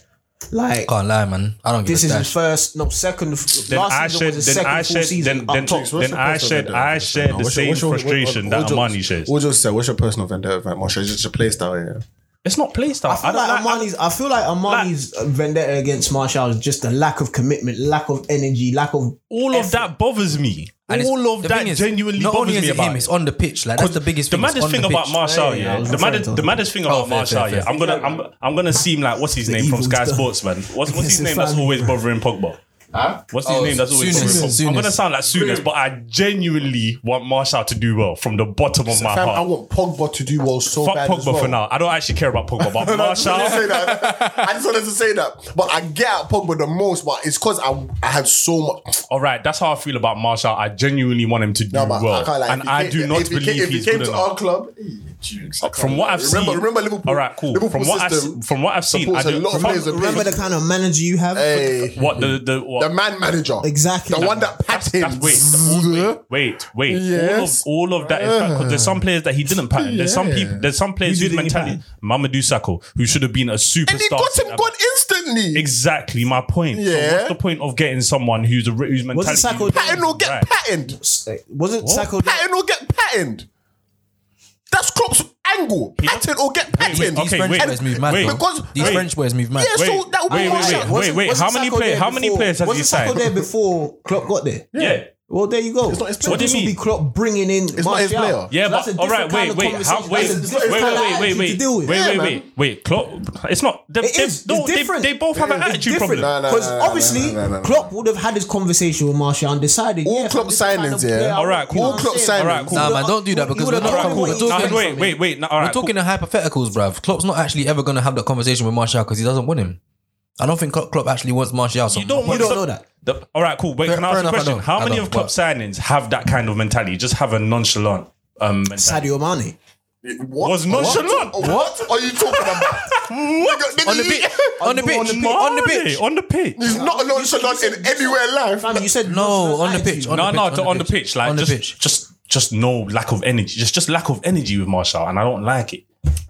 Speaker 4: Like
Speaker 2: Can't lie, man. I don't give
Speaker 4: this
Speaker 2: a
Speaker 4: is
Speaker 2: dash.
Speaker 4: his first, no second.
Speaker 3: Then
Speaker 4: last
Speaker 3: I
Speaker 4: season
Speaker 3: shared,
Speaker 4: was
Speaker 3: then
Speaker 4: his second
Speaker 3: I
Speaker 4: full
Speaker 3: shared,
Speaker 4: season
Speaker 3: then,
Speaker 4: up
Speaker 3: then,
Speaker 4: top.
Speaker 3: then I shared, I shared the same frustration that Armani shares.
Speaker 1: We'll just say, what's your personal vendetta about Martial? It's just a play style, yeah.
Speaker 3: It's not play style.
Speaker 4: I feel
Speaker 3: I don't
Speaker 4: like,
Speaker 3: like-
Speaker 4: Armani's. I feel like Armani's vendetta against Martial is just a lack of commitment, lack of energy, lack of
Speaker 3: all of that bothers me.
Speaker 2: And it's-
Speaker 3: all of
Speaker 2: the
Speaker 3: that
Speaker 2: thing is,
Speaker 3: genuinely
Speaker 2: not only
Speaker 3: bothers
Speaker 2: is
Speaker 3: me
Speaker 2: it
Speaker 3: about
Speaker 2: him,
Speaker 3: it.
Speaker 2: it's on the pitch. Like that's the biggest
Speaker 3: the
Speaker 2: thing. It's
Speaker 3: maddest
Speaker 2: on
Speaker 3: thing
Speaker 2: the
Speaker 3: about
Speaker 2: pitch.
Speaker 3: Marshall,
Speaker 4: Yeah, yeah,
Speaker 3: yeah.
Speaker 4: I was
Speaker 3: The,
Speaker 4: referring
Speaker 3: maddest,
Speaker 4: to
Speaker 3: the
Speaker 4: him.
Speaker 3: maddest thing about
Speaker 2: Oh, fair,
Speaker 3: Marshall,
Speaker 2: fair,
Speaker 3: yeah.
Speaker 2: fair.
Speaker 3: I'm gonna, I'm, I'm gonna seem like what's his name from
Speaker 4: evil's
Speaker 3: Sky
Speaker 4: done.
Speaker 3: Sports, man. What's, what's
Speaker 2: <laughs>
Speaker 3: his
Speaker 4: Against his
Speaker 3: name that's
Speaker 4: family,
Speaker 3: always
Speaker 4: bro.
Speaker 3: bothering Pogba?
Speaker 5: Huh?
Speaker 3: What's his
Speaker 2: Oh,
Speaker 3: name that's always
Speaker 2: Souness.
Speaker 3: bothering Pogba? I'm gonna
Speaker 2: Souness.
Speaker 3: sound like Soonest, but I genuinely want Marshall to do well from the bottom of my
Speaker 1: Fam, I
Speaker 3: heart.
Speaker 1: want Pogba to do well so
Speaker 3: Fuck
Speaker 1: bad. as
Speaker 3: Pogba
Speaker 1: well.
Speaker 3: for
Speaker 1: <laughs>
Speaker 3: now. I don't actually care about Pogba, but
Speaker 1: I just wanted to say
Speaker 3: Marshall.
Speaker 1: that. I just wanted to say that. But I get out Pogba the most, but it's because I I had so much.
Speaker 3: All right, that's how I feel about Marshall. I genuinely want him to do
Speaker 1: No, but I
Speaker 3: well,
Speaker 1: can't lie.
Speaker 3: and
Speaker 1: If he
Speaker 3: I
Speaker 1: came-
Speaker 3: do not
Speaker 1: if he
Speaker 3: believe
Speaker 1: came, if he
Speaker 3: he's
Speaker 1: came
Speaker 3: good
Speaker 1: to
Speaker 3: enough.
Speaker 1: our club. eh, Jukes, I can't
Speaker 3: From what
Speaker 1: lie.
Speaker 3: I've
Speaker 1: remember,
Speaker 3: seen,
Speaker 1: remember Liverpool.
Speaker 3: All right, cool.
Speaker 1: Liverpool
Speaker 3: From what, I,
Speaker 1: system
Speaker 3: from what I've seen, I
Speaker 1: supports a
Speaker 3: do,
Speaker 1: lot of
Speaker 3: from-
Speaker 1: players that play
Speaker 4: Remember the kind of manager you have?
Speaker 1: Hey,
Speaker 3: what the the what,
Speaker 1: the man manager,
Speaker 4: Exactly.
Speaker 1: the one that
Speaker 3: That's-
Speaker 1: packed him.
Speaker 3: that's- wait, wait, wait.
Speaker 1: Yes.
Speaker 3: All of all of that is because there's some players that he didn't pattern. There's some
Speaker 1: Yeah.
Speaker 3: people. There's some players
Speaker 4: Who
Speaker 3: whose
Speaker 4: did he
Speaker 3: mentality. Mamadou Sakho, who should have been a
Speaker 1: <laughs>
Speaker 3: superstar.
Speaker 1: and he got him
Speaker 3: centre-back.
Speaker 1: gone instantly.
Speaker 3: Exactly my point. So
Speaker 1: Yeah.
Speaker 3: what's the point of getting someone who's a re- whose mentality?
Speaker 4: Sakho-
Speaker 3: Right.
Speaker 1: Patton will get patted.
Speaker 4: Wasn't Sacco
Speaker 1: Patton will get patted. That's Klopp's angle. Portugal. Pattern or get pattern.
Speaker 2: These
Speaker 3: Okay,
Speaker 2: French
Speaker 3: wait,
Speaker 2: boys move mad.
Speaker 3: wait.
Speaker 2: though.
Speaker 1: Because-
Speaker 2: these
Speaker 1: wait.
Speaker 2: French boys move mad.
Speaker 1: Yes. So that would be
Speaker 3: wait,
Speaker 1: one
Speaker 3: wait,
Speaker 1: shot.
Speaker 3: wait,
Speaker 1: Wasn't-
Speaker 3: wait. How
Speaker 5: wasn't
Speaker 3: many
Speaker 5: Sacco
Speaker 3: players?
Speaker 5: there
Speaker 3: How many
Speaker 5: before?
Speaker 3: players has he
Speaker 4: Wasn't Sacco
Speaker 3: signed?
Speaker 4: there before Klopp got there?
Speaker 3: Yeah.
Speaker 4: Well, there you go.
Speaker 1: not his
Speaker 3: player.
Speaker 4: So this
Speaker 3: What do
Speaker 4: will
Speaker 3: you
Speaker 4: be
Speaker 3: mean?
Speaker 4: Klopp bringing in.
Speaker 1: It's not his
Speaker 4: Martial.
Speaker 1: player.
Speaker 3: Yeah,
Speaker 4: So that's a
Speaker 3: but all right,
Speaker 4: different kind
Speaker 3: wait,
Speaker 4: of
Speaker 3: wait, how,
Speaker 4: conversation.
Speaker 3: wait, wait, wait,
Speaker 4: That's a different kind of
Speaker 3: wait, wait,
Speaker 4: attitude to
Speaker 3: wait,
Speaker 4: deal with.
Speaker 3: wait, wait,
Speaker 1: Yeah,
Speaker 3: wait, wait. Klopp, it's not. They,
Speaker 4: It
Speaker 3: they,
Speaker 4: is.
Speaker 3: no,
Speaker 4: It's
Speaker 3: they,
Speaker 4: different.
Speaker 3: they both have an attitude problem.
Speaker 1: Nah, nah,
Speaker 4: Because
Speaker 1: nah, nah,
Speaker 4: obviously,
Speaker 1: nah, nah, nah, nah.
Speaker 4: Klopp would have had his conversation with Martial and decided.
Speaker 1: All
Speaker 4: yeah,
Speaker 1: Klopp
Speaker 4: this kind
Speaker 1: signings,
Speaker 4: of player,
Speaker 1: yeah.
Speaker 4: I want,
Speaker 3: Alright,
Speaker 4: you know
Speaker 3: cool.
Speaker 4: what
Speaker 1: All
Speaker 4: I'm
Speaker 1: Klopp
Speaker 4: saying?
Speaker 1: signals.
Speaker 3: cool.
Speaker 2: Nah, man, don't do that because we're
Speaker 4: would've
Speaker 2: not.
Speaker 4: done
Speaker 3: Alright,
Speaker 4: that
Speaker 3: cool.
Speaker 2: We're
Speaker 4: with him.
Speaker 3: Nah,
Speaker 2: talking,
Speaker 3: wait, wait, wait. Nah, all
Speaker 2: we're
Speaker 3: right, cool.
Speaker 2: talking in hypotheticals, bruv. Klopp's not actually ever going to have that conversation with Martial because he doesn't want him. I don't think Klopp, Klopp actually wants Martial. So
Speaker 3: You don't,
Speaker 4: You
Speaker 3: want
Speaker 4: don't
Speaker 3: so-
Speaker 4: know that.
Speaker 3: The- all right, cool. Wait,
Speaker 2: Fair-
Speaker 3: can I
Speaker 2: fair
Speaker 3: ask a
Speaker 2: enough, I
Speaker 3: question?
Speaker 2: don't.
Speaker 3: How
Speaker 2: I
Speaker 3: many
Speaker 2: don't,
Speaker 3: of Klopp's signings have that kind of mentality? Just have a nonchalant um, mentality.
Speaker 4: Sadio Mane.
Speaker 1: What?
Speaker 3: Was nonchalant.
Speaker 1: What? What are you talking about? Nigga,
Speaker 2: on the
Speaker 3: <laughs>
Speaker 1: nigga,
Speaker 2: pitch, on the
Speaker 3: On
Speaker 2: pitch,
Speaker 3: the,
Speaker 2: on the pitch.
Speaker 3: on the pitch.
Speaker 1: <laughs> He's not nonchalant in anywhere in life.
Speaker 4: Fam, you said
Speaker 2: No, on the
Speaker 4: attitude.
Speaker 2: pitch,
Speaker 3: No,
Speaker 2: the
Speaker 3: no,
Speaker 2: pitch,
Speaker 3: to- on the pitch. Like
Speaker 2: On the
Speaker 3: just,
Speaker 2: pitch.
Speaker 3: just, just no lack of energy. Just, just lack of energy with Marshall, and I don't like it.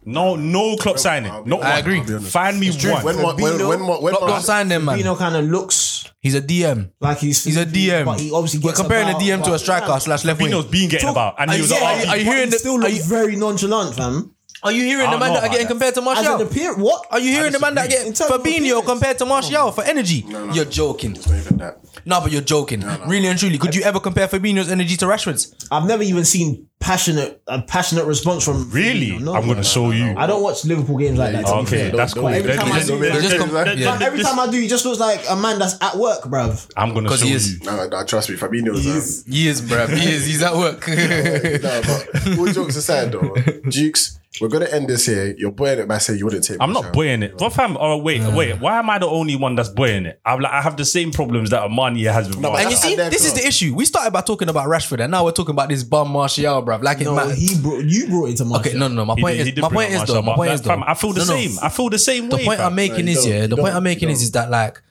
Speaker 3: No, no Klopp signing. Not one.
Speaker 2: I agree.
Speaker 3: Find me one.
Speaker 1: When when when when when
Speaker 2: Klopp don't sign them, man.
Speaker 4: Firmino kind of looks
Speaker 2: He's a DM.
Speaker 4: like he's
Speaker 2: He's a DM.
Speaker 4: but he obviously
Speaker 2: We're
Speaker 4: gets
Speaker 2: comparing
Speaker 4: about,
Speaker 2: a DM to
Speaker 4: but-
Speaker 2: a striker slash left wing.
Speaker 3: Firmino's been getting about, and he was
Speaker 4: yeah,
Speaker 3: an
Speaker 4: are,
Speaker 3: RB.
Speaker 4: you hearing?
Speaker 2: the-
Speaker 4: He still
Speaker 2: are
Speaker 4: looks
Speaker 2: you-
Speaker 4: very nonchalant, fam.
Speaker 2: Are you hearing
Speaker 3: I
Speaker 2: the
Speaker 3: don't
Speaker 2: man
Speaker 3: know
Speaker 2: that are
Speaker 3: about
Speaker 2: getting
Speaker 3: that.
Speaker 2: compared to
Speaker 4: As an
Speaker 2: Martial?
Speaker 4: appear, what?
Speaker 2: Oh, Are you hearing the man that
Speaker 4: In
Speaker 2: get
Speaker 4: terms of
Speaker 2: Fabinho
Speaker 4: appearance.
Speaker 2: compared to Martial for energy? You're joking.
Speaker 1: even that.
Speaker 2: No, but you're joking. Really and truly, could you ever compare Fabinho's energy to Rashford's?
Speaker 4: I've never even seen passionate a passionate response from.
Speaker 3: Really?
Speaker 4: Firmino, No,
Speaker 3: I'm gonna show you.
Speaker 4: I don't watch Liverpool games like that. to be
Speaker 3: Okay,
Speaker 4: fair.
Speaker 3: that's cool.
Speaker 4: But every
Speaker 3: Then-
Speaker 4: time I
Speaker 3: then-
Speaker 4: do,
Speaker 3: then-
Speaker 2: Just com-
Speaker 3: then-
Speaker 2: yeah.
Speaker 4: every
Speaker 3: this-
Speaker 4: time I do, he just looks like a man that's at work, bruv.
Speaker 3: I'm gonna
Speaker 2: 'Cause
Speaker 3: show
Speaker 2: he
Speaker 3: you.
Speaker 2: is.
Speaker 1: Nah, nah, trust me, Fabinho's. Um,
Speaker 2: He is, bruv. He is. He's at <laughs> work.
Speaker 1: no,
Speaker 3: <laughs>
Speaker 1: but all jokes aside, though, Dukes, we're gonna end this here. You're boying it by saying you wouldn't take.
Speaker 3: I'm
Speaker 1: Michelle.
Speaker 3: not buoying it. What fam? Oh wait, wait. Why am I the only one that's buoying it? I'm like, I have the same problems that Amani has with.
Speaker 1: but
Speaker 3: Martial.
Speaker 2: And you
Speaker 1: That's
Speaker 2: see,
Speaker 1: unfair,
Speaker 2: this is
Speaker 1: bro.
Speaker 2: the issue. We started by talking about Rashford, and now we're talking about this bum Martial, bruv. Like it
Speaker 4: No,
Speaker 2: matters.
Speaker 4: he brought you brought it to Martial.
Speaker 2: Okay, no, no, no. My
Speaker 3: He
Speaker 2: point
Speaker 3: did- he
Speaker 2: is,
Speaker 3: did
Speaker 2: my
Speaker 3: bring
Speaker 2: point
Speaker 3: up
Speaker 2: is though,
Speaker 3: Martial,
Speaker 2: my
Speaker 3: but
Speaker 2: point
Speaker 3: that-
Speaker 2: is though.
Speaker 3: fam, I feel the
Speaker 2: No, no.
Speaker 3: same. I feel the same
Speaker 2: The
Speaker 3: way.
Speaker 2: point
Speaker 3: fam.
Speaker 2: I'm making
Speaker 1: you
Speaker 2: is
Speaker 1: don't,
Speaker 2: yeah.
Speaker 1: you
Speaker 2: The point
Speaker 1: don't,
Speaker 2: I'm making
Speaker 1: you
Speaker 2: is is that like,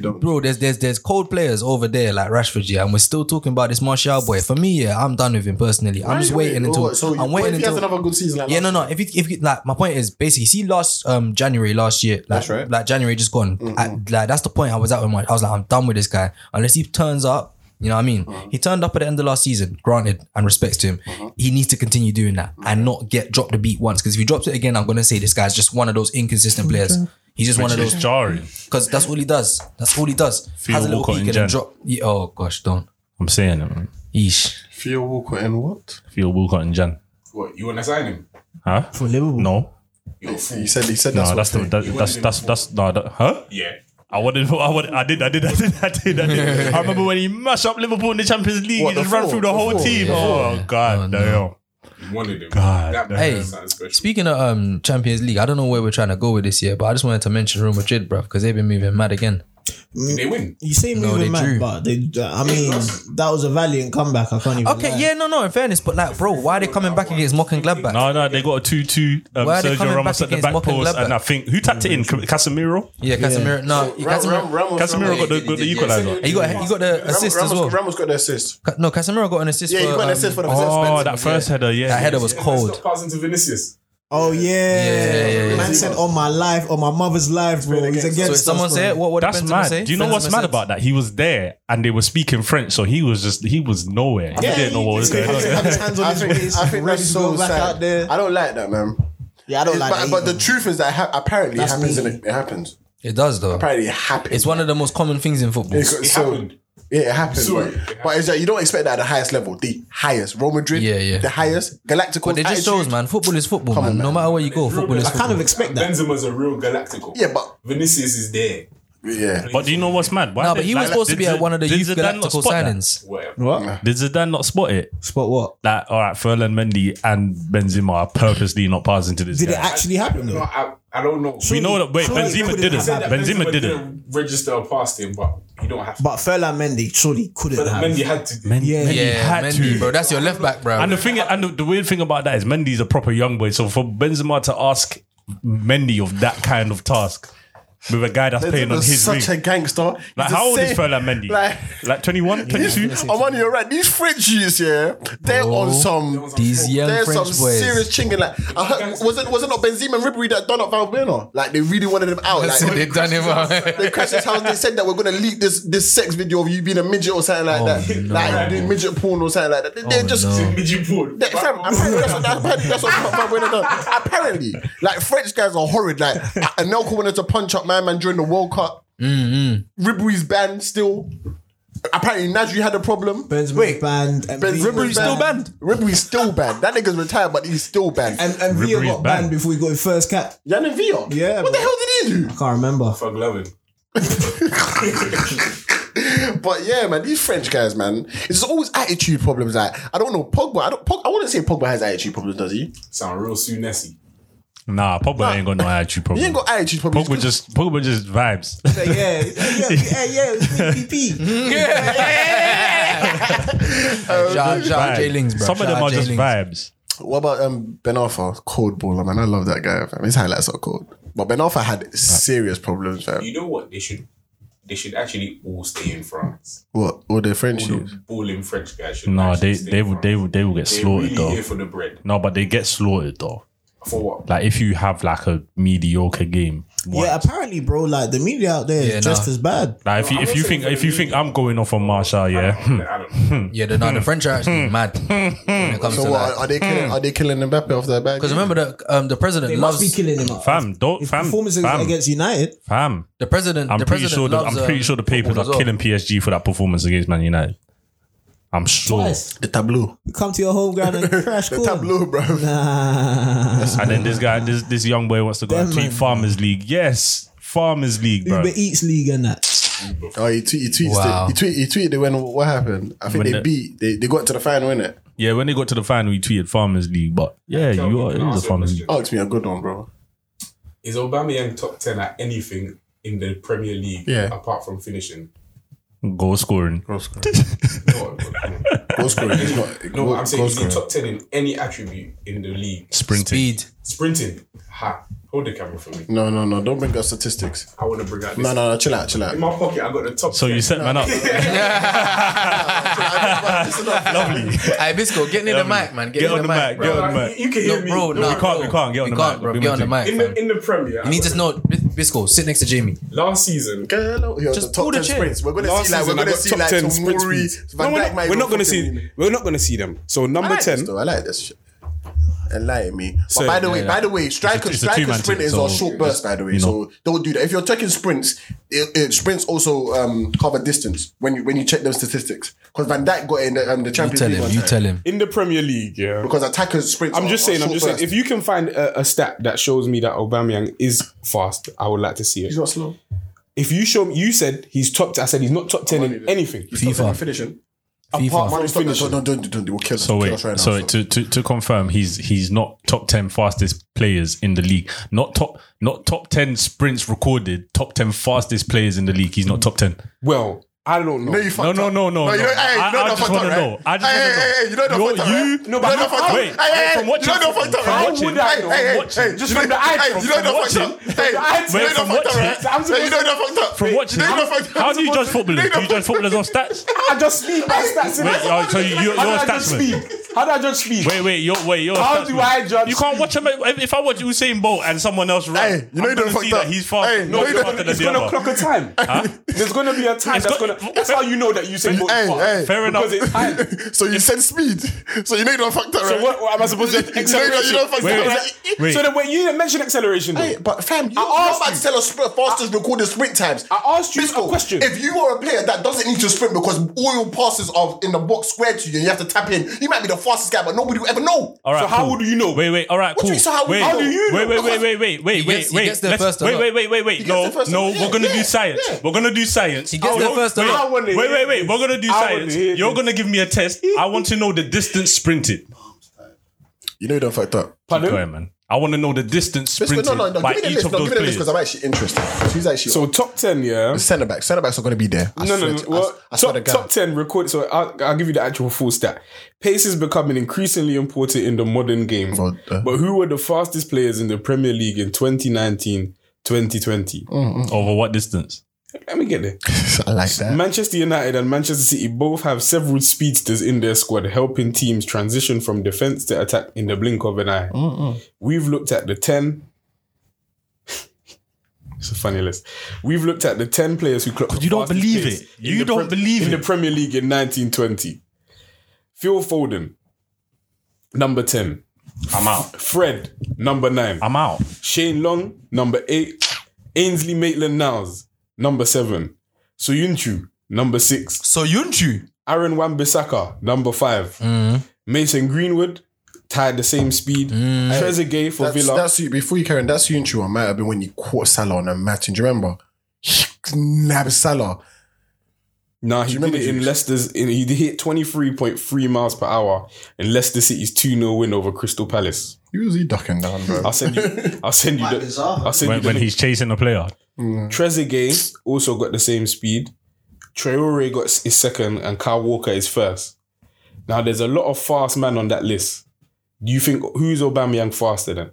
Speaker 1: don't.
Speaker 2: bro, there's there's there's cold players over there like Rashford, yeah, and we're still talking about this Martial boy. For me, yeah, I'm done with him personally. I'm just waiting
Speaker 1: Oh,
Speaker 2: until
Speaker 1: so you-
Speaker 2: I'm
Speaker 1: what
Speaker 2: waiting
Speaker 1: if he has
Speaker 2: until.
Speaker 1: another good season. Like
Speaker 2: Yeah,
Speaker 1: last
Speaker 2: no, no. If you, if you, like, my point is basically, see, last um January last year, like,
Speaker 1: That's right. Mm-hmm.
Speaker 2: like January just gone. I- like that's the point I was at with my. I was like, I'm done with this guy. Unless he turns up, you know what I mean.
Speaker 1: Mm-hmm.
Speaker 2: He turned up at the end of last season. Granted, and respects to him, he needs to continue doing that
Speaker 1: Mm-hmm.
Speaker 2: and not get dropped the beat once. Because if he drops it again, I'm gonna say this guy's just one of those inconsistent players. He's just one of
Speaker 3: It's
Speaker 2: those
Speaker 3: jarring.
Speaker 2: because that's all he does. That's all he does.
Speaker 3: Theo
Speaker 2: Has a little
Speaker 3: Walcott in
Speaker 2: peak and
Speaker 3: Jan.
Speaker 2: then drop. Yeah, oh gosh, don't.
Speaker 3: I'm saying it, man.
Speaker 2: Yeesh.
Speaker 1: Theo Walker and what?
Speaker 3: Theo Walcott and Jan.
Speaker 5: What, you want to sign him?
Speaker 3: Huh?
Speaker 4: for Liverpool.
Speaker 3: No,
Speaker 5: You're a fool.
Speaker 1: He said. He said
Speaker 3: no,
Speaker 1: that's.
Speaker 3: that's the,
Speaker 1: what
Speaker 3: that, that's that's that's no. That, huh?
Speaker 5: Yeah.
Speaker 3: I wanted, I wanted, I did, I did, I did, I did, I did. I remember when he mashed up Liverpool in the Champions League.
Speaker 1: What,
Speaker 3: he
Speaker 1: the
Speaker 3: just ran
Speaker 1: four?
Speaker 3: through the
Speaker 1: The
Speaker 3: whole
Speaker 1: four?
Speaker 3: team.
Speaker 1: Yeah.
Speaker 3: Oh god,
Speaker 2: no.
Speaker 3: damn.
Speaker 5: You wanted him.
Speaker 3: God,
Speaker 5: That
Speaker 3: damn.
Speaker 5: hey.
Speaker 2: Hey,
Speaker 5: something special.
Speaker 2: Speaking of um, Champions League, I don't know where we're trying to go with this year, but I just wanted to mention Real Madrid, bruv, because they've been moving mad again.
Speaker 5: Did they win?
Speaker 4: You say
Speaker 2: No, they
Speaker 4: moving
Speaker 2: drew.
Speaker 4: man, but they, I mean, that was a valiant comeback. I can't even.
Speaker 2: Okay,
Speaker 4: lie.
Speaker 2: yeah, no, no, in fairness, but like, bro, why are they coming back against Mock and Gladbach?
Speaker 3: No, no, they got a two-two. Um,
Speaker 2: Why are they
Speaker 3: Sergio
Speaker 2: coming
Speaker 3: Ramos
Speaker 2: back
Speaker 3: at the
Speaker 2: against Mm.
Speaker 3: back
Speaker 2: Mock and
Speaker 3: post,
Speaker 2: Gladbach?
Speaker 3: and I think who tapped it in? Casemiro.
Speaker 2: Yeah, Casemiro. No,
Speaker 1: Ram-
Speaker 2: Casemiro.
Speaker 1: Ram- Ramos-
Speaker 3: Casemiro got the,
Speaker 2: yeah,
Speaker 3: got the
Speaker 2: yeah,
Speaker 3: equalizer.
Speaker 2: he got he got the
Speaker 1: Ramos,
Speaker 2: assist as
Speaker 1: Ramos,
Speaker 2: well.
Speaker 1: Ramos got the assist.
Speaker 2: Ca- No, Casemiro got an assist.
Speaker 1: Yeah, he
Speaker 2: for,
Speaker 1: got an
Speaker 2: um,
Speaker 1: assist for the first.
Speaker 3: Oh, that first header, yeah.
Speaker 2: That header was
Speaker 5: Yeah,
Speaker 2: cold.
Speaker 5: Stop passing to Vinicius.
Speaker 4: Oh yeah.
Speaker 2: yeah, yeah, yeah.
Speaker 4: Man said, "On my life, on my mother's life, bro." He's against.
Speaker 2: So if
Speaker 4: us,
Speaker 2: someone
Speaker 4: bro.
Speaker 2: said, what would
Speaker 3: That's
Speaker 2: Benzema
Speaker 3: mad.
Speaker 2: say?
Speaker 3: Do you know what's
Speaker 2: Benzema
Speaker 3: mad
Speaker 2: said-
Speaker 3: about that? He was there and they were speaking French, so he was just he was nowhere. He didn't know what was going
Speaker 4: He
Speaker 3: on.
Speaker 4: had his hands on
Speaker 1: I
Speaker 4: his
Speaker 1: think,
Speaker 4: waist,
Speaker 1: I think
Speaker 4: ready
Speaker 1: that's
Speaker 4: to go
Speaker 1: so
Speaker 4: back
Speaker 1: sad.
Speaker 4: out there.
Speaker 1: I don't like that, man.
Speaker 4: Yeah, I don't like
Speaker 1: but,
Speaker 4: that.
Speaker 1: but
Speaker 4: either.
Speaker 1: the truth is that it ha- apparently it
Speaker 4: That's
Speaker 1: happens. In
Speaker 4: me.
Speaker 1: it, it happens.
Speaker 2: It does though.
Speaker 1: Apparently it happens.
Speaker 2: It's one of the most common things in football.
Speaker 1: It's-
Speaker 5: It
Speaker 1: so-
Speaker 5: happened.
Speaker 1: Yeah, it happened.
Speaker 5: So-
Speaker 1: but, but it's like you don't expect that at the highest level, the highest. Real Madrid,
Speaker 2: Yeah, yeah.
Speaker 1: the highest. Galactical.
Speaker 2: But it just shows, man. Football is football, man.
Speaker 1: on,
Speaker 2: No matter where you go, football is
Speaker 4: I kind
Speaker 2: football.
Speaker 4: of expect that.
Speaker 5: Benzema's a real galactical.
Speaker 1: Yeah, but
Speaker 5: Vinicius is there.
Speaker 1: yeah,
Speaker 3: But do you know what's mad? Why
Speaker 2: No,
Speaker 3: did-
Speaker 2: but he was
Speaker 3: like,
Speaker 2: supposed to
Speaker 3: did
Speaker 2: be at
Speaker 3: Zid-
Speaker 2: one of the
Speaker 3: did
Speaker 2: youth
Speaker 3: Zidane not
Speaker 2: Galactical
Speaker 3: spot that?
Speaker 2: signings.
Speaker 5: Whatever.
Speaker 4: What?
Speaker 3: Did Zidane not spot it?
Speaker 4: Spot what?
Speaker 3: That all right, Ferland Mendy and Benzema are purposely not passing to this
Speaker 4: Did it
Speaker 3: guy.
Speaker 4: actually happen
Speaker 5: No,
Speaker 4: though?
Speaker 5: I, I don't know.
Speaker 3: we know that wait,
Speaker 4: Surely it
Speaker 3: Benzema
Speaker 4: couldn't
Speaker 3: didn't.
Speaker 4: have
Speaker 5: said that
Speaker 3: Benzema didn't.
Speaker 5: register a past him, but you don't have to.
Speaker 4: But Ferland Mendy surely couldn't
Speaker 5: But
Speaker 4: have.
Speaker 5: Mendy had to.
Speaker 3: Mendy,
Speaker 4: Yeah.
Speaker 3: Mendy
Speaker 2: Yeah,
Speaker 3: had
Speaker 2: Mendy,
Speaker 3: to.
Speaker 2: bro. That's your left back, bro.
Speaker 3: And the thing, and the, the weird thing about that is Mendy's a proper young boy. So for Benzema to ask Mendy of that kind of task, with a guy that's playing on
Speaker 1: They're
Speaker 3: his wing.
Speaker 1: such a gangster.
Speaker 3: Like, how old is Fela
Speaker 1: <laughs>
Speaker 3: Mendy?
Speaker 1: Like,
Speaker 3: Like, 21, 22?
Speaker 1: I'm on your right. These Frenchies, yeah, they're
Speaker 3: Oh.
Speaker 1: on some.
Speaker 2: These young
Speaker 1: There's
Speaker 2: French
Speaker 1: some
Speaker 2: boys.
Speaker 1: serious chinging. Like, I heard, was it was it not Benzema and Ribery that done up Valbuena? Like, they really wanted him out. Like,
Speaker 2: So they done him out.
Speaker 1: they crashed his house. They said that we're gonna leak this this sex video of you being a midget or something like
Speaker 2: Oh,
Speaker 1: that,
Speaker 2: no.
Speaker 1: like doing midget porn or something like that. They, they're
Speaker 2: Oh,
Speaker 1: just.
Speaker 2: no.
Speaker 1: That, fam, apparently that's what that, apparently that's what Valbuena done. Apparently, like French guys are horrid. Like Anelka wanted to punch up my man during the World Cup. Mm-hmm. Ribery's banned still. Apparently, Nadri had a problem.
Speaker 4: Wait, banned. And
Speaker 1: Ben
Speaker 4: Villa
Speaker 1: Ribery's
Speaker 4: got
Speaker 1: still banned. Ribery's still banned. That nigga's retired, but he's still banned.
Speaker 4: And and Villa
Speaker 3: Ribery's
Speaker 4: got banned.
Speaker 3: banned.
Speaker 4: before he got his first cap.
Speaker 1: Yannick Villa.
Speaker 4: Yeah,
Speaker 1: What the
Speaker 4: bro.
Speaker 1: hell did he do?
Speaker 4: Can't remember.
Speaker 5: Fuck loving.
Speaker 1: <laughs> But yeah, man, these French guys, man, it's always attitude problems. Like I don't know Pogba. I don't. Pog, I wouldn't say Pogba has attitude problems, does he?
Speaker 5: Sound real Sunesi.
Speaker 3: Nah, Pogba ain't got no attitude problem.
Speaker 1: He ain't got attitude problems.
Speaker 3: Pogba just Pogba just vibes.
Speaker 4: Yeah, yeah,
Speaker 3: <laughs>
Speaker 4: yeah, yeah. PP.
Speaker 2: Ja- Ja-
Speaker 3: Vibes.
Speaker 2: Jay Lings, bro.
Speaker 3: Some of
Speaker 2: Ja-
Speaker 3: them are
Speaker 2: Jay
Speaker 3: just
Speaker 2: Lings.
Speaker 3: vibes.
Speaker 1: What about um Ben Arfa? Cold baller, man. I love that guy. Fam. His highlights are cold. But Ben Arfa had serious problems, fam.
Speaker 6: You know what? They should they should actually all stay in France.
Speaker 1: What? All the French
Speaker 6: All
Speaker 1: youths.
Speaker 6: the balling French guys should.
Speaker 3: No,
Speaker 6: actually
Speaker 3: they
Speaker 6: stay
Speaker 3: they
Speaker 6: in
Speaker 3: will
Speaker 6: France.
Speaker 3: they will they will get
Speaker 6: They
Speaker 3: slaughtered
Speaker 6: really
Speaker 3: though.
Speaker 6: here for the bread.
Speaker 3: No, but they get slaughtered though.
Speaker 6: For
Speaker 3: <laughs>
Speaker 6: what?
Speaker 3: Like if you have like a mediocre game,
Speaker 4: Yeah,
Speaker 3: once.
Speaker 4: apparently, bro, like the media out there is
Speaker 2: Yeah,
Speaker 4: just
Speaker 2: nah.
Speaker 4: as bad.
Speaker 3: Like if you,
Speaker 6: I'm
Speaker 3: if
Speaker 6: not
Speaker 3: you
Speaker 6: saying
Speaker 3: think
Speaker 6: for the
Speaker 3: if you think
Speaker 6: media.
Speaker 3: I'm going off on Marshall, yeah, Hmm.
Speaker 6: I don't know.
Speaker 2: Yeah, the, no, the French are actually mad when it comes
Speaker 1: So
Speaker 2: to
Speaker 1: what?
Speaker 2: that.
Speaker 1: Are they killing? Are they killing Mbappe off that bag?
Speaker 2: Because remember, the um, the president
Speaker 4: They
Speaker 2: loves
Speaker 4: must be killing him. Up.
Speaker 3: fam, don't
Speaker 4: His
Speaker 3: fam,
Speaker 4: performances
Speaker 3: fam,
Speaker 4: against United.
Speaker 3: fam.
Speaker 2: the president.
Speaker 3: I'm
Speaker 2: the
Speaker 3: pretty
Speaker 2: president
Speaker 3: sure the,
Speaker 2: loves,
Speaker 3: I'm pretty
Speaker 2: um,
Speaker 3: sure the papers
Speaker 2: football
Speaker 3: are
Speaker 2: as well.
Speaker 3: killing PSG for that performance against Man United. I'm sure.
Speaker 4: Twice.
Speaker 1: the tableau.
Speaker 4: You come to your home ground
Speaker 3: <laughs>
Speaker 4: and crash
Speaker 1: The
Speaker 4: court.
Speaker 1: tableau, bro.
Speaker 4: Nah.
Speaker 3: And then this guy, this this young boy wants to go and
Speaker 4: Them
Speaker 3: tweet
Speaker 4: man.
Speaker 3: Farmers League. Yes, Farmers League, bro.
Speaker 4: Uber E Eats League and that.
Speaker 1: Oh, he, tweet, he tweets.
Speaker 2: Wow.
Speaker 1: Wow. He, tweet, he tweeted when what happened. I think
Speaker 3: When
Speaker 1: they
Speaker 3: the-
Speaker 1: beat. They, they got to the final, innit?
Speaker 3: Yeah, when they got to the final, he tweeted Farmers League. But yeah,
Speaker 6: Tell
Speaker 3: you
Speaker 6: me,
Speaker 3: are it
Speaker 6: can I
Speaker 3: is
Speaker 6: ask
Speaker 3: a
Speaker 6: you
Speaker 3: Farmers
Speaker 6: question?
Speaker 3: League.
Speaker 1: Ask me a good one, bro.
Speaker 6: Is Aubameyang top ten at anything in the Premier League?
Speaker 1: Yeah.
Speaker 6: Apart from
Speaker 1: <laughs>
Speaker 6: finishing.
Speaker 3: goal scoring.
Speaker 6: No,
Speaker 1: Goal scoring is
Speaker 5: <laughs>
Speaker 1: not.
Speaker 6: no,
Speaker 1: goal-
Speaker 6: I'm saying
Speaker 1: goal
Speaker 6: he's in top
Speaker 1: scoring.
Speaker 6: ten in any attribute in the league.
Speaker 3: Sprinting.
Speaker 2: Speed.
Speaker 6: Sprinting. Ha. Hold the camera for me.
Speaker 1: No, no, no. Don't bring up statistics.
Speaker 6: I want to bring out this.
Speaker 1: No, no, no. Chill out, chill out.
Speaker 6: In my pocket, I got the top.
Speaker 3: So you
Speaker 6: 10.
Speaker 3: set
Speaker 1: <laughs>
Speaker 3: man up. <laughs> Lovely.
Speaker 2: Ibisco, get near the mic, man. Get,
Speaker 3: Get
Speaker 2: near
Speaker 3: on
Speaker 2: the
Speaker 3: the
Speaker 2: mic,
Speaker 3: mic, get
Speaker 2: bro.
Speaker 3: on the
Speaker 6: Like,
Speaker 3: mic.
Speaker 6: You can hear
Speaker 2: No,
Speaker 6: me.
Speaker 2: bro,
Speaker 6: No,
Speaker 2: nah,
Speaker 6: I
Speaker 3: can't,
Speaker 2: bro.
Speaker 3: we can't, get on
Speaker 2: we
Speaker 3: the
Speaker 2: can't,
Speaker 3: mic,
Speaker 2: bro.
Speaker 3: we're
Speaker 2: Get on the
Speaker 3: being
Speaker 2: mic,
Speaker 6: In
Speaker 2: man.
Speaker 6: the, in the Premier,
Speaker 2: You need to know, Bisco, sit next to Jamie.
Speaker 6: last season,
Speaker 1: Girl, yo,
Speaker 2: Just
Speaker 1: the top
Speaker 2: pull the
Speaker 1: 10
Speaker 2: chair.
Speaker 1: sprints. We're gonna
Speaker 5: Last
Speaker 1: see like we're
Speaker 5: season, I
Speaker 1: gonna
Speaker 5: got
Speaker 1: see
Speaker 5: top
Speaker 1: like
Speaker 5: 10 sprint
Speaker 1: Tomori,
Speaker 5: speeds.
Speaker 1: Van
Speaker 5: No, we're
Speaker 1: Dijk
Speaker 5: not,
Speaker 1: might
Speaker 5: we're
Speaker 1: go
Speaker 5: not going to
Speaker 1: fucking win
Speaker 5: see.
Speaker 1: it.
Speaker 5: We're not going to see them. So number
Speaker 1: I like
Speaker 5: ten.
Speaker 1: this though. I like this shit. Enlighten me. But
Speaker 5: So-
Speaker 1: by the way,
Speaker 2: yeah,
Speaker 1: by the way, striker,
Speaker 3: it's a
Speaker 1: striker
Speaker 3: two-man
Speaker 1: sprint
Speaker 3: team,
Speaker 1: is our
Speaker 3: so-
Speaker 1: short burst. By the way, so don't do that. If you're checking sprints, it, it sprints also um, cover distance when you when you check those statistics. Because Van Dijk got it in the, um, the
Speaker 2: You
Speaker 1: Champions
Speaker 2: tell
Speaker 1: League.
Speaker 2: him.
Speaker 1: one
Speaker 2: You
Speaker 1: time.
Speaker 2: tell him.
Speaker 5: In the Premier League, yeah.
Speaker 1: Because attackers sprints.
Speaker 5: I'm just
Speaker 1: are- are
Speaker 5: saying, I'm
Speaker 1: short
Speaker 5: just saying,
Speaker 1: bursts.
Speaker 5: if you can find a, a stat that shows me that Aubameyang is fast, I would like to see
Speaker 1: he's
Speaker 5: it.
Speaker 1: not slow.
Speaker 5: If you show me, you said he's top. I said he's not top ten in anything.
Speaker 1: He's top
Speaker 2: FIFA.
Speaker 1: ten in finishing.
Speaker 2: FIFA.
Speaker 1: Man, stop that.
Speaker 5: finishing.
Speaker 1: Don't don't don't don't. We'll kill us.
Speaker 3: So
Speaker 1: Kill
Speaker 3: wait,
Speaker 1: us right now,
Speaker 3: so
Speaker 1: so-
Speaker 3: wait, to, to to confirm, he's he's not top ten fastest players in the league. Not top not top ten sprints recorded. Top ten fastest players in the league. He's not top ten.
Speaker 5: Well, I don't know.
Speaker 1: No, you
Speaker 3: No,
Speaker 1: fucked
Speaker 3: no,
Speaker 1: up.
Speaker 3: no, no.
Speaker 1: No, you
Speaker 3: no.
Speaker 1: don't. Hey,
Speaker 3: I,
Speaker 1: you don't
Speaker 3: I
Speaker 1: know
Speaker 3: just
Speaker 1: fucked
Speaker 3: want to
Speaker 1: up,
Speaker 3: know.
Speaker 1: right?
Speaker 3: I just
Speaker 1: Hey,
Speaker 3: want to
Speaker 1: hey,
Speaker 3: know.
Speaker 1: hey, you don't know
Speaker 3: You're-
Speaker 1: fucked up, right?
Speaker 3: you-
Speaker 1: No, but
Speaker 3: you
Speaker 1: how-
Speaker 3: don't know
Speaker 1: how-
Speaker 3: fucked up.
Speaker 1: Hey,
Speaker 3: Wait,
Speaker 1: hey,
Speaker 3: from
Speaker 1: hey, you
Speaker 3: watching,
Speaker 1: don't know fucked up,
Speaker 3: from
Speaker 1: right?
Speaker 3: watching.
Speaker 1: Hey, hey, hey,
Speaker 3: From
Speaker 1: hey,
Speaker 3: watching.
Speaker 1: just
Speaker 5: from the eye,
Speaker 1: Hey,
Speaker 5: from-
Speaker 1: you don't
Speaker 5: from
Speaker 1: know fucked up.
Speaker 5: watching.
Speaker 1: Hey,
Speaker 5: From the eye,
Speaker 1: you
Speaker 3: wait,
Speaker 1: don't know fucked
Speaker 3: from
Speaker 1: up,
Speaker 3: watching.
Speaker 1: right?
Speaker 5: So I'm
Speaker 1: Hey, you
Speaker 5: supposed
Speaker 1: don't
Speaker 5: to-
Speaker 1: know fucked up.
Speaker 3: From
Speaker 1: You
Speaker 3: watching.
Speaker 1: don't know
Speaker 3: How,
Speaker 1: fucked up.
Speaker 3: how do you
Speaker 1: You
Speaker 3: judge footballers?
Speaker 1: don't
Speaker 3: Do you judge footballers on stats?
Speaker 5: I just need my stats.
Speaker 3: Wait,
Speaker 5: innit?
Speaker 3: oh, so you, you're,
Speaker 5: How do
Speaker 3: you're a
Speaker 5: I just
Speaker 3: statsman.
Speaker 5: speak? How do I just speak?
Speaker 3: Wait, wait, you're, wait, you're. a
Speaker 5: How do
Speaker 3: statsman.
Speaker 5: I judge-
Speaker 3: You can't watch him. If if I watch Usain Bolt and someone else run,
Speaker 1: Hey, you know
Speaker 3: I'm
Speaker 1: you done
Speaker 3: gonna
Speaker 1: fucked
Speaker 3: see that
Speaker 1: up.
Speaker 3: he's fast.
Speaker 1: Hey,
Speaker 3: no,
Speaker 1: you know
Speaker 3: he's
Speaker 1: you done-
Speaker 3: faster than
Speaker 5: It's
Speaker 3: the
Speaker 5: gonna
Speaker 3: other.
Speaker 5: clock a time. There's gonna be a time
Speaker 3: It's
Speaker 5: that's
Speaker 3: got-
Speaker 5: gonna. That's how you know that you said.
Speaker 1: Hey, hey.
Speaker 3: Fair enough.
Speaker 5: Because it's time.
Speaker 1: So you said speed. So you know you don't fucked up,
Speaker 5: So
Speaker 1: right?
Speaker 5: what, what am I
Speaker 1: <laughs>
Speaker 5: supposed
Speaker 1: You know
Speaker 5: to
Speaker 1: you don't-
Speaker 5: acceleration?
Speaker 1: you don't fucked
Speaker 3: Wait,
Speaker 1: up,
Speaker 3: wait.
Speaker 1: right?
Speaker 3: Wait.
Speaker 5: So then when you didn't mention acceleration, though.
Speaker 1: Hey, But fam, you,
Speaker 5: I
Speaker 1: are
Speaker 5: asked
Speaker 1: about to
Speaker 5: you.
Speaker 1: tell us sprint fastest recorded sprint times.
Speaker 5: I asked you
Speaker 1: Bisco,
Speaker 5: a question.
Speaker 1: If you are a player that doesn't need to sprint because all your passes are in the box square to you and you have to tap in, you might be the fastest guy, but nobody will ever know.
Speaker 3: All right,
Speaker 5: So how would you know?
Speaker 3: Wait, wait. All right,
Speaker 1: What do
Speaker 3: cool.
Speaker 1: you mean, so how would
Speaker 3: wait,
Speaker 1: you know?
Speaker 3: Wait, wait,
Speaker 1: Because
Speaker 3: wait, wait, wait, wait,
Speaker 2: gets-
Speaker 3: wait,
Speaker 2: he
Speaker 3: wait.
Speaker 2: gets there
Speaker 3: Let's-
Speaker 2: first or
Speaker 3: Wait,
Speaker 2: not?
Speaker 3: wait, wait, wait, wait.
Speaker 1: gets
Speaker 3: No,
Speaker 1: there first or
Speaker 3: no.
Speaker 1: not? Yeah,
Speaker 3: We're gonna
Speaker 1: yeah,
Speaker 3: do science.
Speaker 1: yeah.
Speaker 3: We're gonna do science.
Speaker 2: He gets
Speaker 3: I
Speaker 2: there
Speaker 3: wanna-
Speaker 2: first or
Speaker 3: wait,
Speaker 2: not? I
Speaker 5: wanna
Speaker 3: Wait, wait,
Speaker 5: hear
Speaker 3: wait.
Speaker 5: this.
Speaker 3: We're gonna do
Speaker 5: I wanna
Speaker 3: science.
Speaker 5: hear
Speaker 3: You're
Speaker 5: this.
Speaker 3: gonna give me a test. I want to know the distance sprinted.
Speaker 1: You know you don't fucked up.
Speaker 5: Pardon?
Speaker 3: Go ahead, man. I want to know the distance
Speaker 1: Bisco,
Speaker 3: sprinted
Speaker 1: no, no, no.
Speaker 3: by
Speaker 1: Give me the
Speaker 3: each
Speaker 1: list.
Speaker 3: of
Speaker 1: No,
Speaker 3: those
Speaker 1: give me the list because
Speaker 3: players.
Speaker 1: I'm actually interested. She's actually
Speaker 5: So top ten, yeah.
Speaker 1: Centre backs, centre backs are going to be there. I
Speaker 5: No,
Speaker 1: swear
Speaker 5: no, no.
Speaker 1: to- I-
Speaker 5: Well,
Speaker 1: I swear
Speaker 5: top,
Speaker 1: to God.
Speaker 5: top ten record. So I'll, I'll give you the actual full stat. Pace is becoming increasingly important in the modern game.
Speaker 1: Well, uh,
Speaker 5: but who were the fastest players in the Premier League in 2019 2020.
Speaker 1: Mm.
Speaker 3: Over what distance?
Speaker 5: Let me get there.
Speaker 2: I like that.
Speaker 5: Manchester United and Manchester City both have several speedsters in their squad helping teams transition from defence to attack in the blink of an eye. We've looked at the 10. <laughs> it's a funny list. We've looked at the 10 players who clocked. the
Speaker 3: You don't
Speaker 5: fastest
Speaker 3: believe
Speaker 5: pace
Speaker 3: it.
Speaker 5: in
Speaker 3: You
Speaker 5: the
Speaker 3: don't
Speaker 5: Prem-
Speaker 3: believe
Speaker 5: in
Speaker 3: it.
Speaker 5: the Premier League in 1920. Phil Foden, number 10.
Speaker 3: I'm out.
Speaker 5: Fred, number 9.
Speaker 3: I'm out.
Speaker 5: Shane Long, number eight. Ainsley Maitland Niles, number seven. Soyuncu, number six.
Speaker 2: So Yunchu.
Speaker 5: Aaron Wan Bissaka, number five.
Speaker 3: Mm-hmm.
Speaker 5: Mason Greenwood tied the same speed.
Speaker 3: Mm-hmm.
Speaker 5: Trezeguet for
Speaker 1: That's,
Speaker 5: Villa.
Speaker 1: that's you. Before you carry on, that's you and Chua might have been when you caught Salah on a match. And do you remember? He nabbed Salah.
Speaker 5: nah, he
Speaker 1: you
Speaker 5: did
Speaker 1: remember
Speaker 5: it in
Speaker 1: Jukes?
Speaker 5: Leicester's. In, he hit twenty three point three miles per hour in Leicester City's two 0 win over Crystal Palace.
Speaker 1: Who was he ducking down, bro?
Speaker 5: I'll send
Speaker 1: <laughs>
Speaker 5: you. I'll send you.
Speaker 4: Quite
Speaker 5: The,
Speaker 4: bizarre.
Speaker 5: I'll send
Speaker 3: When,
Speaker 5: you the
Speaker 3: when
Speaker 5: link.
Speaker 3: he's chasing a player.
Speaker 5: Trezeguet also got the same speed. Traore got s- is second, and Kyle Walker is first. Now there's a lot of fast men on that list. Do you think who's Aubameyang faster than?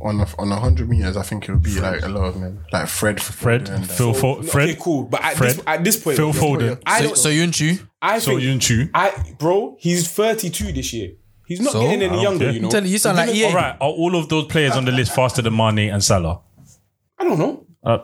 Speaker 1: on a, on a hundred meters, I think it would be like a lot of men, like Fred.
Speaker 3: Fred, Phil, Fo- Fred,
Speaker 5: uh, okay, cool. But at,
Speaker 3: Fred,
Speaker 5: this, at this point,
Speaker 3: Phil Foden,
Speaker 5: I
Speaker 2: So,
Speaker 5: don't.
Speaker 2: so Yunchu.
Speaker 5: I
Speaker 3: So
Speaker 5: think
Speaker 3: Yunchu.
Speaker 5: I bro, he's 32 this year. He's not
Speaker 2: So?
Speaker 5: getting
Speaker 2: I
Speaker 5: any
Speaker 3: don't
Speaker 5: younger.
Speaker 3: care.
Speaker 5: You know.
Speaker 2: Tell you, you sound like E EA.
Speaker 3: All right, are all of those players on the list faster than Mane and Salah?
Speaker 5: I don't know.
Speaker 3: Uh,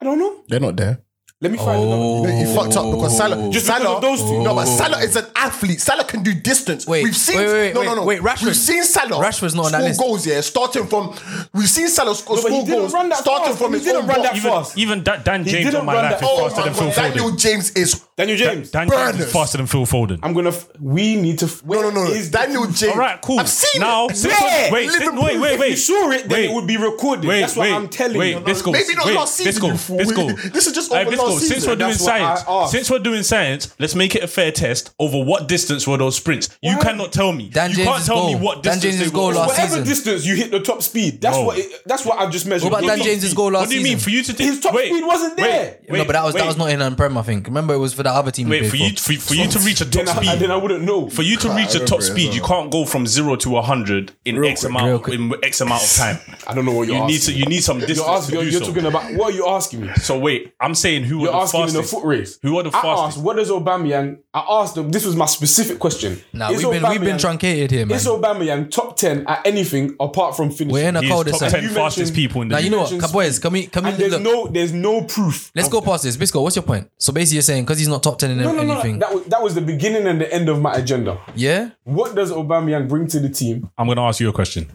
Speaker 5: I don't know.
Speaker 1: They're not there.
Speaker 5: Let me find
Speaker 3: Oh.
Speaker 5: another.
Speaker 1: He fucked up because Salah.
Speaker 5: Just because
Speaker 1: Salah,
Speaker 5: of those two.
Speaker 1: No, but Salah is an athlete. Salah can do distance.
Speaker 2: Wait,
Speaker 1: we've seen.
Speaker 2: wait, wait,
Speaker 1: no,
Speaker 2: wait,
Speaker 1: no, no.
Speaker 2: wait, Rashford.
Speaker 1: We've seen Salah.
Speaker 2: Rashford's not on that
Speaker 1: score
Speaker 2: list.
Speaker 1: goals. Yeah, starting from. We've seen Salah score
Speaker 5: No, but he
Speaker 1: school
Speaker 5: didn't
Speaker 1: goals.
Speaker 5: run that
Speaker 1: starting
Speaker 5: fast.
Speaker 1: from
Speaker 5: He
Speaker 1: his
Speaker 5: didn't
Speaker 1: own
Speaker 5: run
Speaker 1: box.
Speaker 5: that
Speaker 3: even
Speaker 5: fast.
Speaker 3: even Dan, Dan James
Speaker 5: didn't
Speaker 3: on my
Speaker 5: run
Speaker 3: life
Speaker 5: that-
Speaker 3: is
Speaker 5: Oh
Speaker 3: faster
Speaker 1: my
Speaker 3: than Phil
Speaker 1: God, Daniel
Speaker 3: Foden.
Speaker 1: James is.
Speaker 5: Daniel James.
Speaker 3: Dan James is
Speaker 1: Burners.
Speaker 3: faster than Phil Foden.
Speaker 5: I'm gonna. F- we need to.
Speaker 1: No, no, no.
Speaker 5: Is
Speaker 1: Daniel James.
Speaker 3: All right, cool.
Speaker 1: I've seen
Speaker 3: now,
Speaker 1: it.
Speaker 3: sit on-
Speaker 5: Yeah,
Speaker 3: wait, sit-
Speaker 1: Liverpool.
Speaker 3: wait, wait,
Speaker 5: If
Speaker 3: wait.
Speaker 5: you saw it, then
Speaker 3: Wait.
Speaker 5: it would be recorded.
Speaker 3: Wait,
Speaker 5: That's what
Speaker 3: wait,
Speaker 5: I'm telling
Speaker 3: wait,
Speaker 5: you.
Speaker 3: Bisco,
Speaker 1: Maybe not
Speaker 3: wait,
Speaker 1: last season,
Speaker 3: Bisco,
Speaker 1: fool.
Speaker 3: Bisco.
Speaker 1: This is just
Speaker 3: All right,
Speaker 1: over
Speaker 3: Bisco,
Speaker 1: last
Speaker 3: Since
Speaker 1: season.
Speaker 3: we're doing
Speaker 5: That's what I
Speaker 3: science,
Speaker 5: asked.
Speaker 3: since we're doing science, let's make it a fair test over what distance were those sprints. You cannot tell me.
Speaker 2: Dan
Speaker 3: you
Speaker 2: James'
Speaker 3: can't tell me
Speaker 2: goal.
Speaker 3: what
Speaker 2: Dan
Speaker 3: distance
Speaker 2: James'
Speaker 3: they
Speaker 2: goal
Speaker 3: were.
Speaker 2: last
Speaker 5: Whatever
Speaker 2: season.
Speaker 5: distance you hit the top speed, that's
Speaker 3: No.
Speaker 5: what it, that's what I've just measured.
Speaker 2: What about
Speaker 5: Your
Speaker 2: Dan
Speaker 5: top
Speaker 2: James's
Speaker 5: speed.
Speaker 2: goal last
Speaker 3: What do you
Speaker 2: season?
Speaker 3: mean for you to think
Speaker 5: His top
Speaker 3: wait,
Speaker 5: speid wasn't
Speaker 3: wait,
Speaker 5: there.
Speaker 3: Wait,
Speaker 2: no, but that was that was
Speaker 3: wait.
Speaker 2: not in an prem. I think. Remember, it was for the other team. we
Speaker 3: Wait
Speaker 2: played
Speaker 3: for you for, for you to reach a top
Speaker 5: Then I,
Speaker 3: speed.
Speaker 5: then I wouldn't know.
Speaker 3: For you to reach
Speaker 1: I
Speaker 3: a top
Speaker 1: remember it as
Speaker 3: speed, you
Speaker 1: well.
Speaker 3: can't go from zero to hundred in x
Speaker 2: quick, real
Speaker 3: amount
Speaker 2: quick.
Speaker 3: in x amount of time.
Speaker 5: I don't know what you're
Speaker 3: You need to
Speaker 5: asking.
Speaker 3: you need some distance
Speaker 5: you're asking,
Speaker 3: to
Speaker 5: you're,
Speaker 3: do
Speaker 5: you're
Speaker 3: so.
Speaker 5: talking about what are you asking me?
Speaker 3: so wait, I'm saying who are
Speaker 5: You're
Speaker 3: the
Speaker 5: asking
Speaker 3: fastest?
Speaker 5: in a foot race.
Speaker 3: Who are the
Speaker 5: I
Speaker 3: fastest?
Speaker 5: asked, what is Aubameyang? I asked them. This was my specific question.
Speaker 2: Nah,
Speaker 5: Is
Speaker 2: we've been we've been
Speaker 5: Aubameyang-
Speaker 2: truncated here, man.
Speaker 5: Is Aubameyang top ten at anything apart from finishing?
Speaker 2: We're in a
Speaker 3: He is
Speaker 2: cul de
Speaker 3: top ten
Speaker 5: You
Speaker 3: fastest
Speaker 5: mentioned-
Speaker 3: people in the
Speaker 2: Now you
Speaker 3: league.
Speaker 2: know what,
Speaker 5: mentioned
Speaker 2: Caboys, can we can we
Speaker 5: and there's
Speaker 2: look?
Speaker 5: no there's no proof.
Speaker 2: let's go past this. Bisco, what's your point? So basically, you're saying because he's not top ten in
Speaker 5: No, no, no.
Speaker 2: anything,
Speaker 5: That was, that was the beginning and the end of my agenda.
Speaker 2: yeah?
Speaker 5: What does Aubameyang bring to the team?
Speaker 3: I'm gonna ask you a question.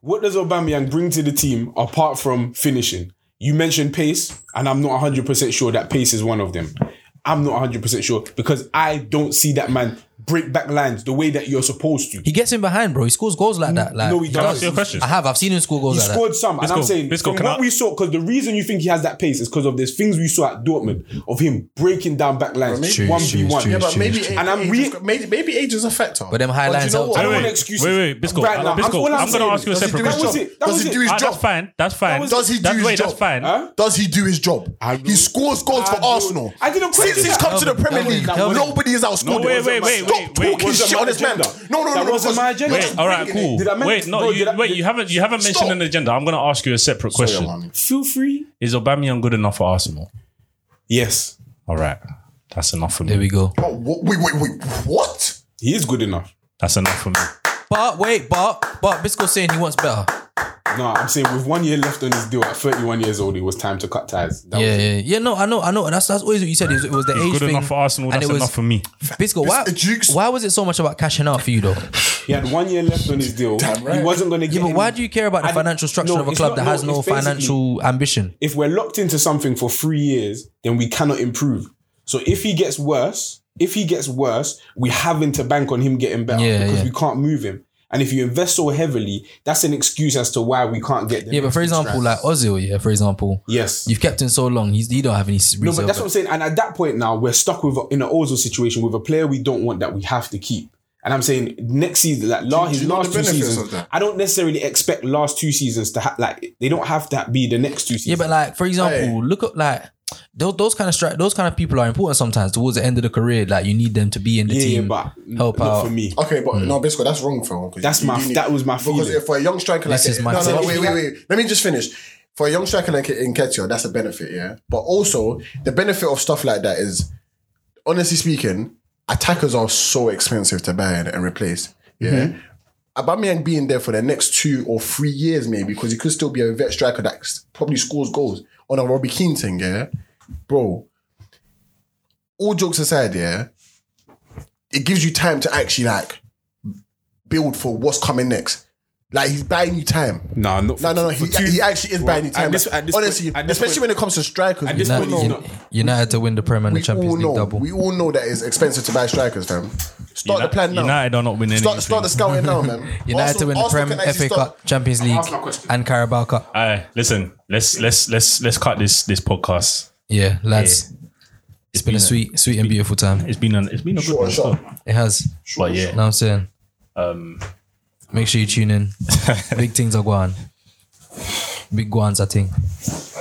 Speaker 5: What does Aubameyang bring to the team apart from finishing? You mentioned pace, and I'm not 100% sure that pace is one of them. I'm not 100% sure because I don't see that man break back lines the way that you're supposed to.
Speaker 2: He gets in behind, bro. He scores goals like that. Like,
Speaker 5: no, he
Speaker 3: Can I
Speaker 5: does.
Speaker 3: ask you a question?
Speaker 2: I have. I've seen him score goals
Speaker 5: He
Speaker 2: like
Speaker 5: scored some, and
Speaker 3: Bisco,
Speaker 5: I'm saying
Speaker 3: Bisco,
Speaker 5: from
Speaker 3: can
Speaker 5: what
Speaker 3: I-
Speaker 5: we saw, because the reason you think he has that pace is because of there's things we saw at Dortmund of him breaking down back
Speaker 2: that.
Speaker 5: lines,
Speaker 2: True,
Speaker 5: one
Speaker 2: true,
Speaker 5: v one.
Speaker 2: true,
Speaker 5: Yeah, but
Speaker 2: true,
Speaker 1: maybe
Speaker 2: true.
Speaker 1: age-
Speaker 5: And I'm
Speaker 1: age
Speaker 5: re-
Speaker 1: is go- maybe, maybe age is a factor.
Speaker 2: But them high
Speaker 1: do
Speaker 2: lines
Speaker 1: you know
Speaker 2: helped.
Speaker 1: what?
Speaker 5: I don't want
Speaker 3: Wait,
Speaker 5: excuses.
Speaker 3: wait, wait, Bisco,
Speaker 5: Right
Speaker 3: uh,
Speaker 5: now,
Speaker 3: Bisco,
Speaker 5: all
Speaker 3: I'm gonna
Speaker 5: saying
Speaker 3: ask you a
Speaker 5: is-
Speaker 3: separate
Speaker 5: That was
Speaker 3: question.
Speaker 5: it. That
Speaker 1: Does
Speaker 5: was
Speaker 1: he
Speaker 5: it.
Speaker 1: do his
Speaker 3: Ah,
Speaker 1: job?
Speaker 3: that's fine. That's fine.
Speaker 5: was-
Speaker 1: Does he do
Speaker 3: that's,
Speaker 1: his
Speaker 3: wait,
Speaker 1: job?
Speaker 3: That's fine.
Speaker 1: Does he do his job?
Speaker 5: don't-
Speaker 1: He scores goals
Speaker 5: I
Speaker 1: for
Speaker 5: don't-
Speaker 1: Arsenal.
Speaker 5: I didn't question
Speaker 1: Since he's
Speaker 5: that.
Speaker 1: come to the
Speaker 2: That
Speaker 1: Premier
Speaker 2: wasn't-
Speaker 1: League,
Speaker 2: that wasn't-
Speaker 1: nobody has outscored.
Speaker 3: No, wait,
Speaker 1: him.
Speaker 3: wait, wait,
Speaker 1: Stop
Speaker 3: wait, wait,
Speaker 1: talking
Speaker 3: wasn't
Speaker 1: shit
Speaker 5: my
Speaker 1: on this man.
Speaker 5: agenda.
Speaker 1: No, no, no.
Speaker 5: That
Speaker 1: no,
Speaker 5: wasn't
Speaker 1: because-
Speaker 5: my agenda.
Speaker 1: no,
Speaker 3: Wait,
Speaker 1: just
Speaker 3: all right,
Speaker 1: bringing it.
Speaker 3: cool.
Speaker 5: Did I mention-
Speaker 3: Wait, no,
Speaker 5: bro,
Speaker 3: you,
Speaker 5: did I-
Speaker 3: wait, you haven't you haven't mentioned
Speaker 1: Stop.
Speaker 3: an agenda. I'm gonna ask you a separate question.
Speaker 1: man.
Speaker 5: Feel free.
Speaker 3: Is Aubameyang good enough for Arsenal?
Speaker 5: Yes,
Speaker 3: All right, that's enough for
Speaker 2: that. There
Speaker 3: me.
Speaker 2: we go.
Speaker 1: Oh, wha- Wait, wait, wait. What?
Speaker 5: he is good enough.
Speaker 3: That's enough for me.
Speaker 2: But wait, but but Bisco's saying he wants better.
Speaker 5: No, I'm saying with one year left on his deal, at 31 years old, it was time to cut ties. That
Speaker 2: Yeah,
Speaker 5: was it.
Speaker 2: yeah, yeah. No, I know, I know. That's that's always what you said. It was, it was the age
Speaker 3: Good
Speaker 2: thing,
Speaker 3: enough for Arsenal.
Speaker 2: and
Speaker 3: That's
Speaker 2: it was
Speaker 3: enough for me.
Speaker 2: Bisco. Why,
Speaker 1: It's- Jukes-
Speaker 2: why was it so much about cashing out for you though?
Speaker 5: He had one year left on his deal. He
Speaker 1: right.
Speaker 5: wasn't going to get.
Speaker 2: But why
Speaker 5: any-
Speaker 2: do you care about the
Speaker 5: I didn't-
Speaker 2: financial structure
Speaker 5: no,
Speaker 2: of a
Speaker 5: it's
Speaker 2: club
Speaker 5: not-
Speaker 2: that has
Speaker 5: no,
Speaker 2: no
Speaker 5: it's basically-
Speaker 2: financial ambition?
Speaker 5: If we're locked into something for three years, then we cannot improve. So if he gets worse, if he gets worse, we having to bank on him getting better
Speaker 2: Yeah,
Speaker 5: because
Speaker 2: yeah.
Speaker 5: we can't move him. And if you invest so heavily, that's an excuse as to why we can't get. the
Speaker 2: Yeah, but
Speaker 5: next
Speaker 2: for
Speaker 5: few
Speaker 2: example,
Speaker 5: strikers.
Speaker 2: like Ozil, yeah, for example,
Speaker 5: yes,
Speaker 2: you've kept him so long, he's, he don't have any.
Speaker 5: No,
Speaker 2: reserve.
Speaker 5: but that's what I'm saying. And at that point now, we're stuck with in an Ozil situation with a player we don't want that we have to keep. And I'm saying next season, like la-
Speaker 1: do
Speaker 5: his
Speaker 1: you know the
Speaker 5: last two
Speaker 1: benefits
Speaker 5: seasons,
Speaker 1: of that?
Speaker 5: I don't necessarily expect last two seasons to ha- like they don't have to be the next two
Speaker 2: Yeah,
Speaker 5: seasons.
Speaker 2: but like for example, look at like those those kind of stri- those kind of people are important sometimes towards the end of the career. Like you need them to be in the
Speaker 5: yeah, yeah,
Speaker 2: team,
Speaker 5: but
Speaker 2: help
Speaker 5: not
Speaker 2: out.
Speaker 5: for me.
Speaker 1: Okay, but no, Bisco, that's wrong, Phil. 'cause
Speaker 5: That's
Speaker 1: you
Speaker 5: my-
Speaker 1: do need-
Speaker 5: that was my
Speaker 1: Because
Speaker 5: feeling.
Speaker 1: if for a young striker like
Speaker 2: This is
Speaker 1: that-
Speaker 2: my
Speaker 1: no, no, no, wait,
Speaker 2: feeling.
Speaker 1: wait, wait. Let me just finish. for a young striker like Nketiah, that's a benefit, yeah. But also, the benefit of stuff like that is, honestly speaking, attackers are so expensive to buy and, and replace. Yeah.
Speaker 5: Mm-hmm.
Speaker 1: Aubameyang being there for the next two or three years, maybe, because he could still be a vet striker that s- probably scores goals on a Robbie Keane thing, yeah, bro. All jokes aside, yeah, it gives you time to actually like build for what's coming next. Like he's buying you time.
Speaker 5: No, not
Speaker 1: No, no, no.
Speaker 5: for
Speaker 1: He,
Speaker 5: two-
Speaker 1: he actually is buying you
Speaker 5: At
Speaker 1: time.
Speaker 5: this-
Speaker 1: Like,
Speaker 5: at this
Speaker 1: honestly,
Speaker 5: point- at this
Speaker 1: especially
Speaker 5: point-
Speaker 1: when it comes to strikers,
Speaker 5: at this
Speaker 1: we
Speaker 5: point,
Speaker 1: all
Speaker 5: no,
Speaker 1: know-
Speaker 5: no.
Speaker 2: United to win the Prem and the
Speaker 1: we all
Speaker 2: Champions League
Speaker 1: know,
Speaker 2: double.
Speaker 1: we all know that it's expensive to buy strikers, fam. Start the
Speaker 3: United-
Speaker 1: plan now.
Speaker 3: United are not winning
Speaker 1: Start, start the
Speaker 3: anything.
Speaker 1: scouting now,
Speaker 5: <laughs>
Speaker 1: man.
Speaker 2: United to win the Prem,
Speaker 1: can actually
Speaker 2: FA
Speaker 1: start-
Speaker 2: Cup, Champions League,
Speaker 5: asking a question.
Speaker 2: and Carabao Cup.
Speaker 3: Aye, listen, let's let's let's let's cut this this podcast.
Speaker 2: Yeah, lads, it's been a
Speaker 3: been a-
Speaker 2: sweet, sweet and beautiful time.
Speaker 3: It's been a it's been a good
Speaker 1: Sure,
Speaker 3: one,
Speaker 1: sure.
Speaker 3: so.
Speaker 2: It has.
Speaker 3: but yeah,
Speaker 2: Know what I'm saying? Make sure you tune in. Big things are going. Big guans, I think.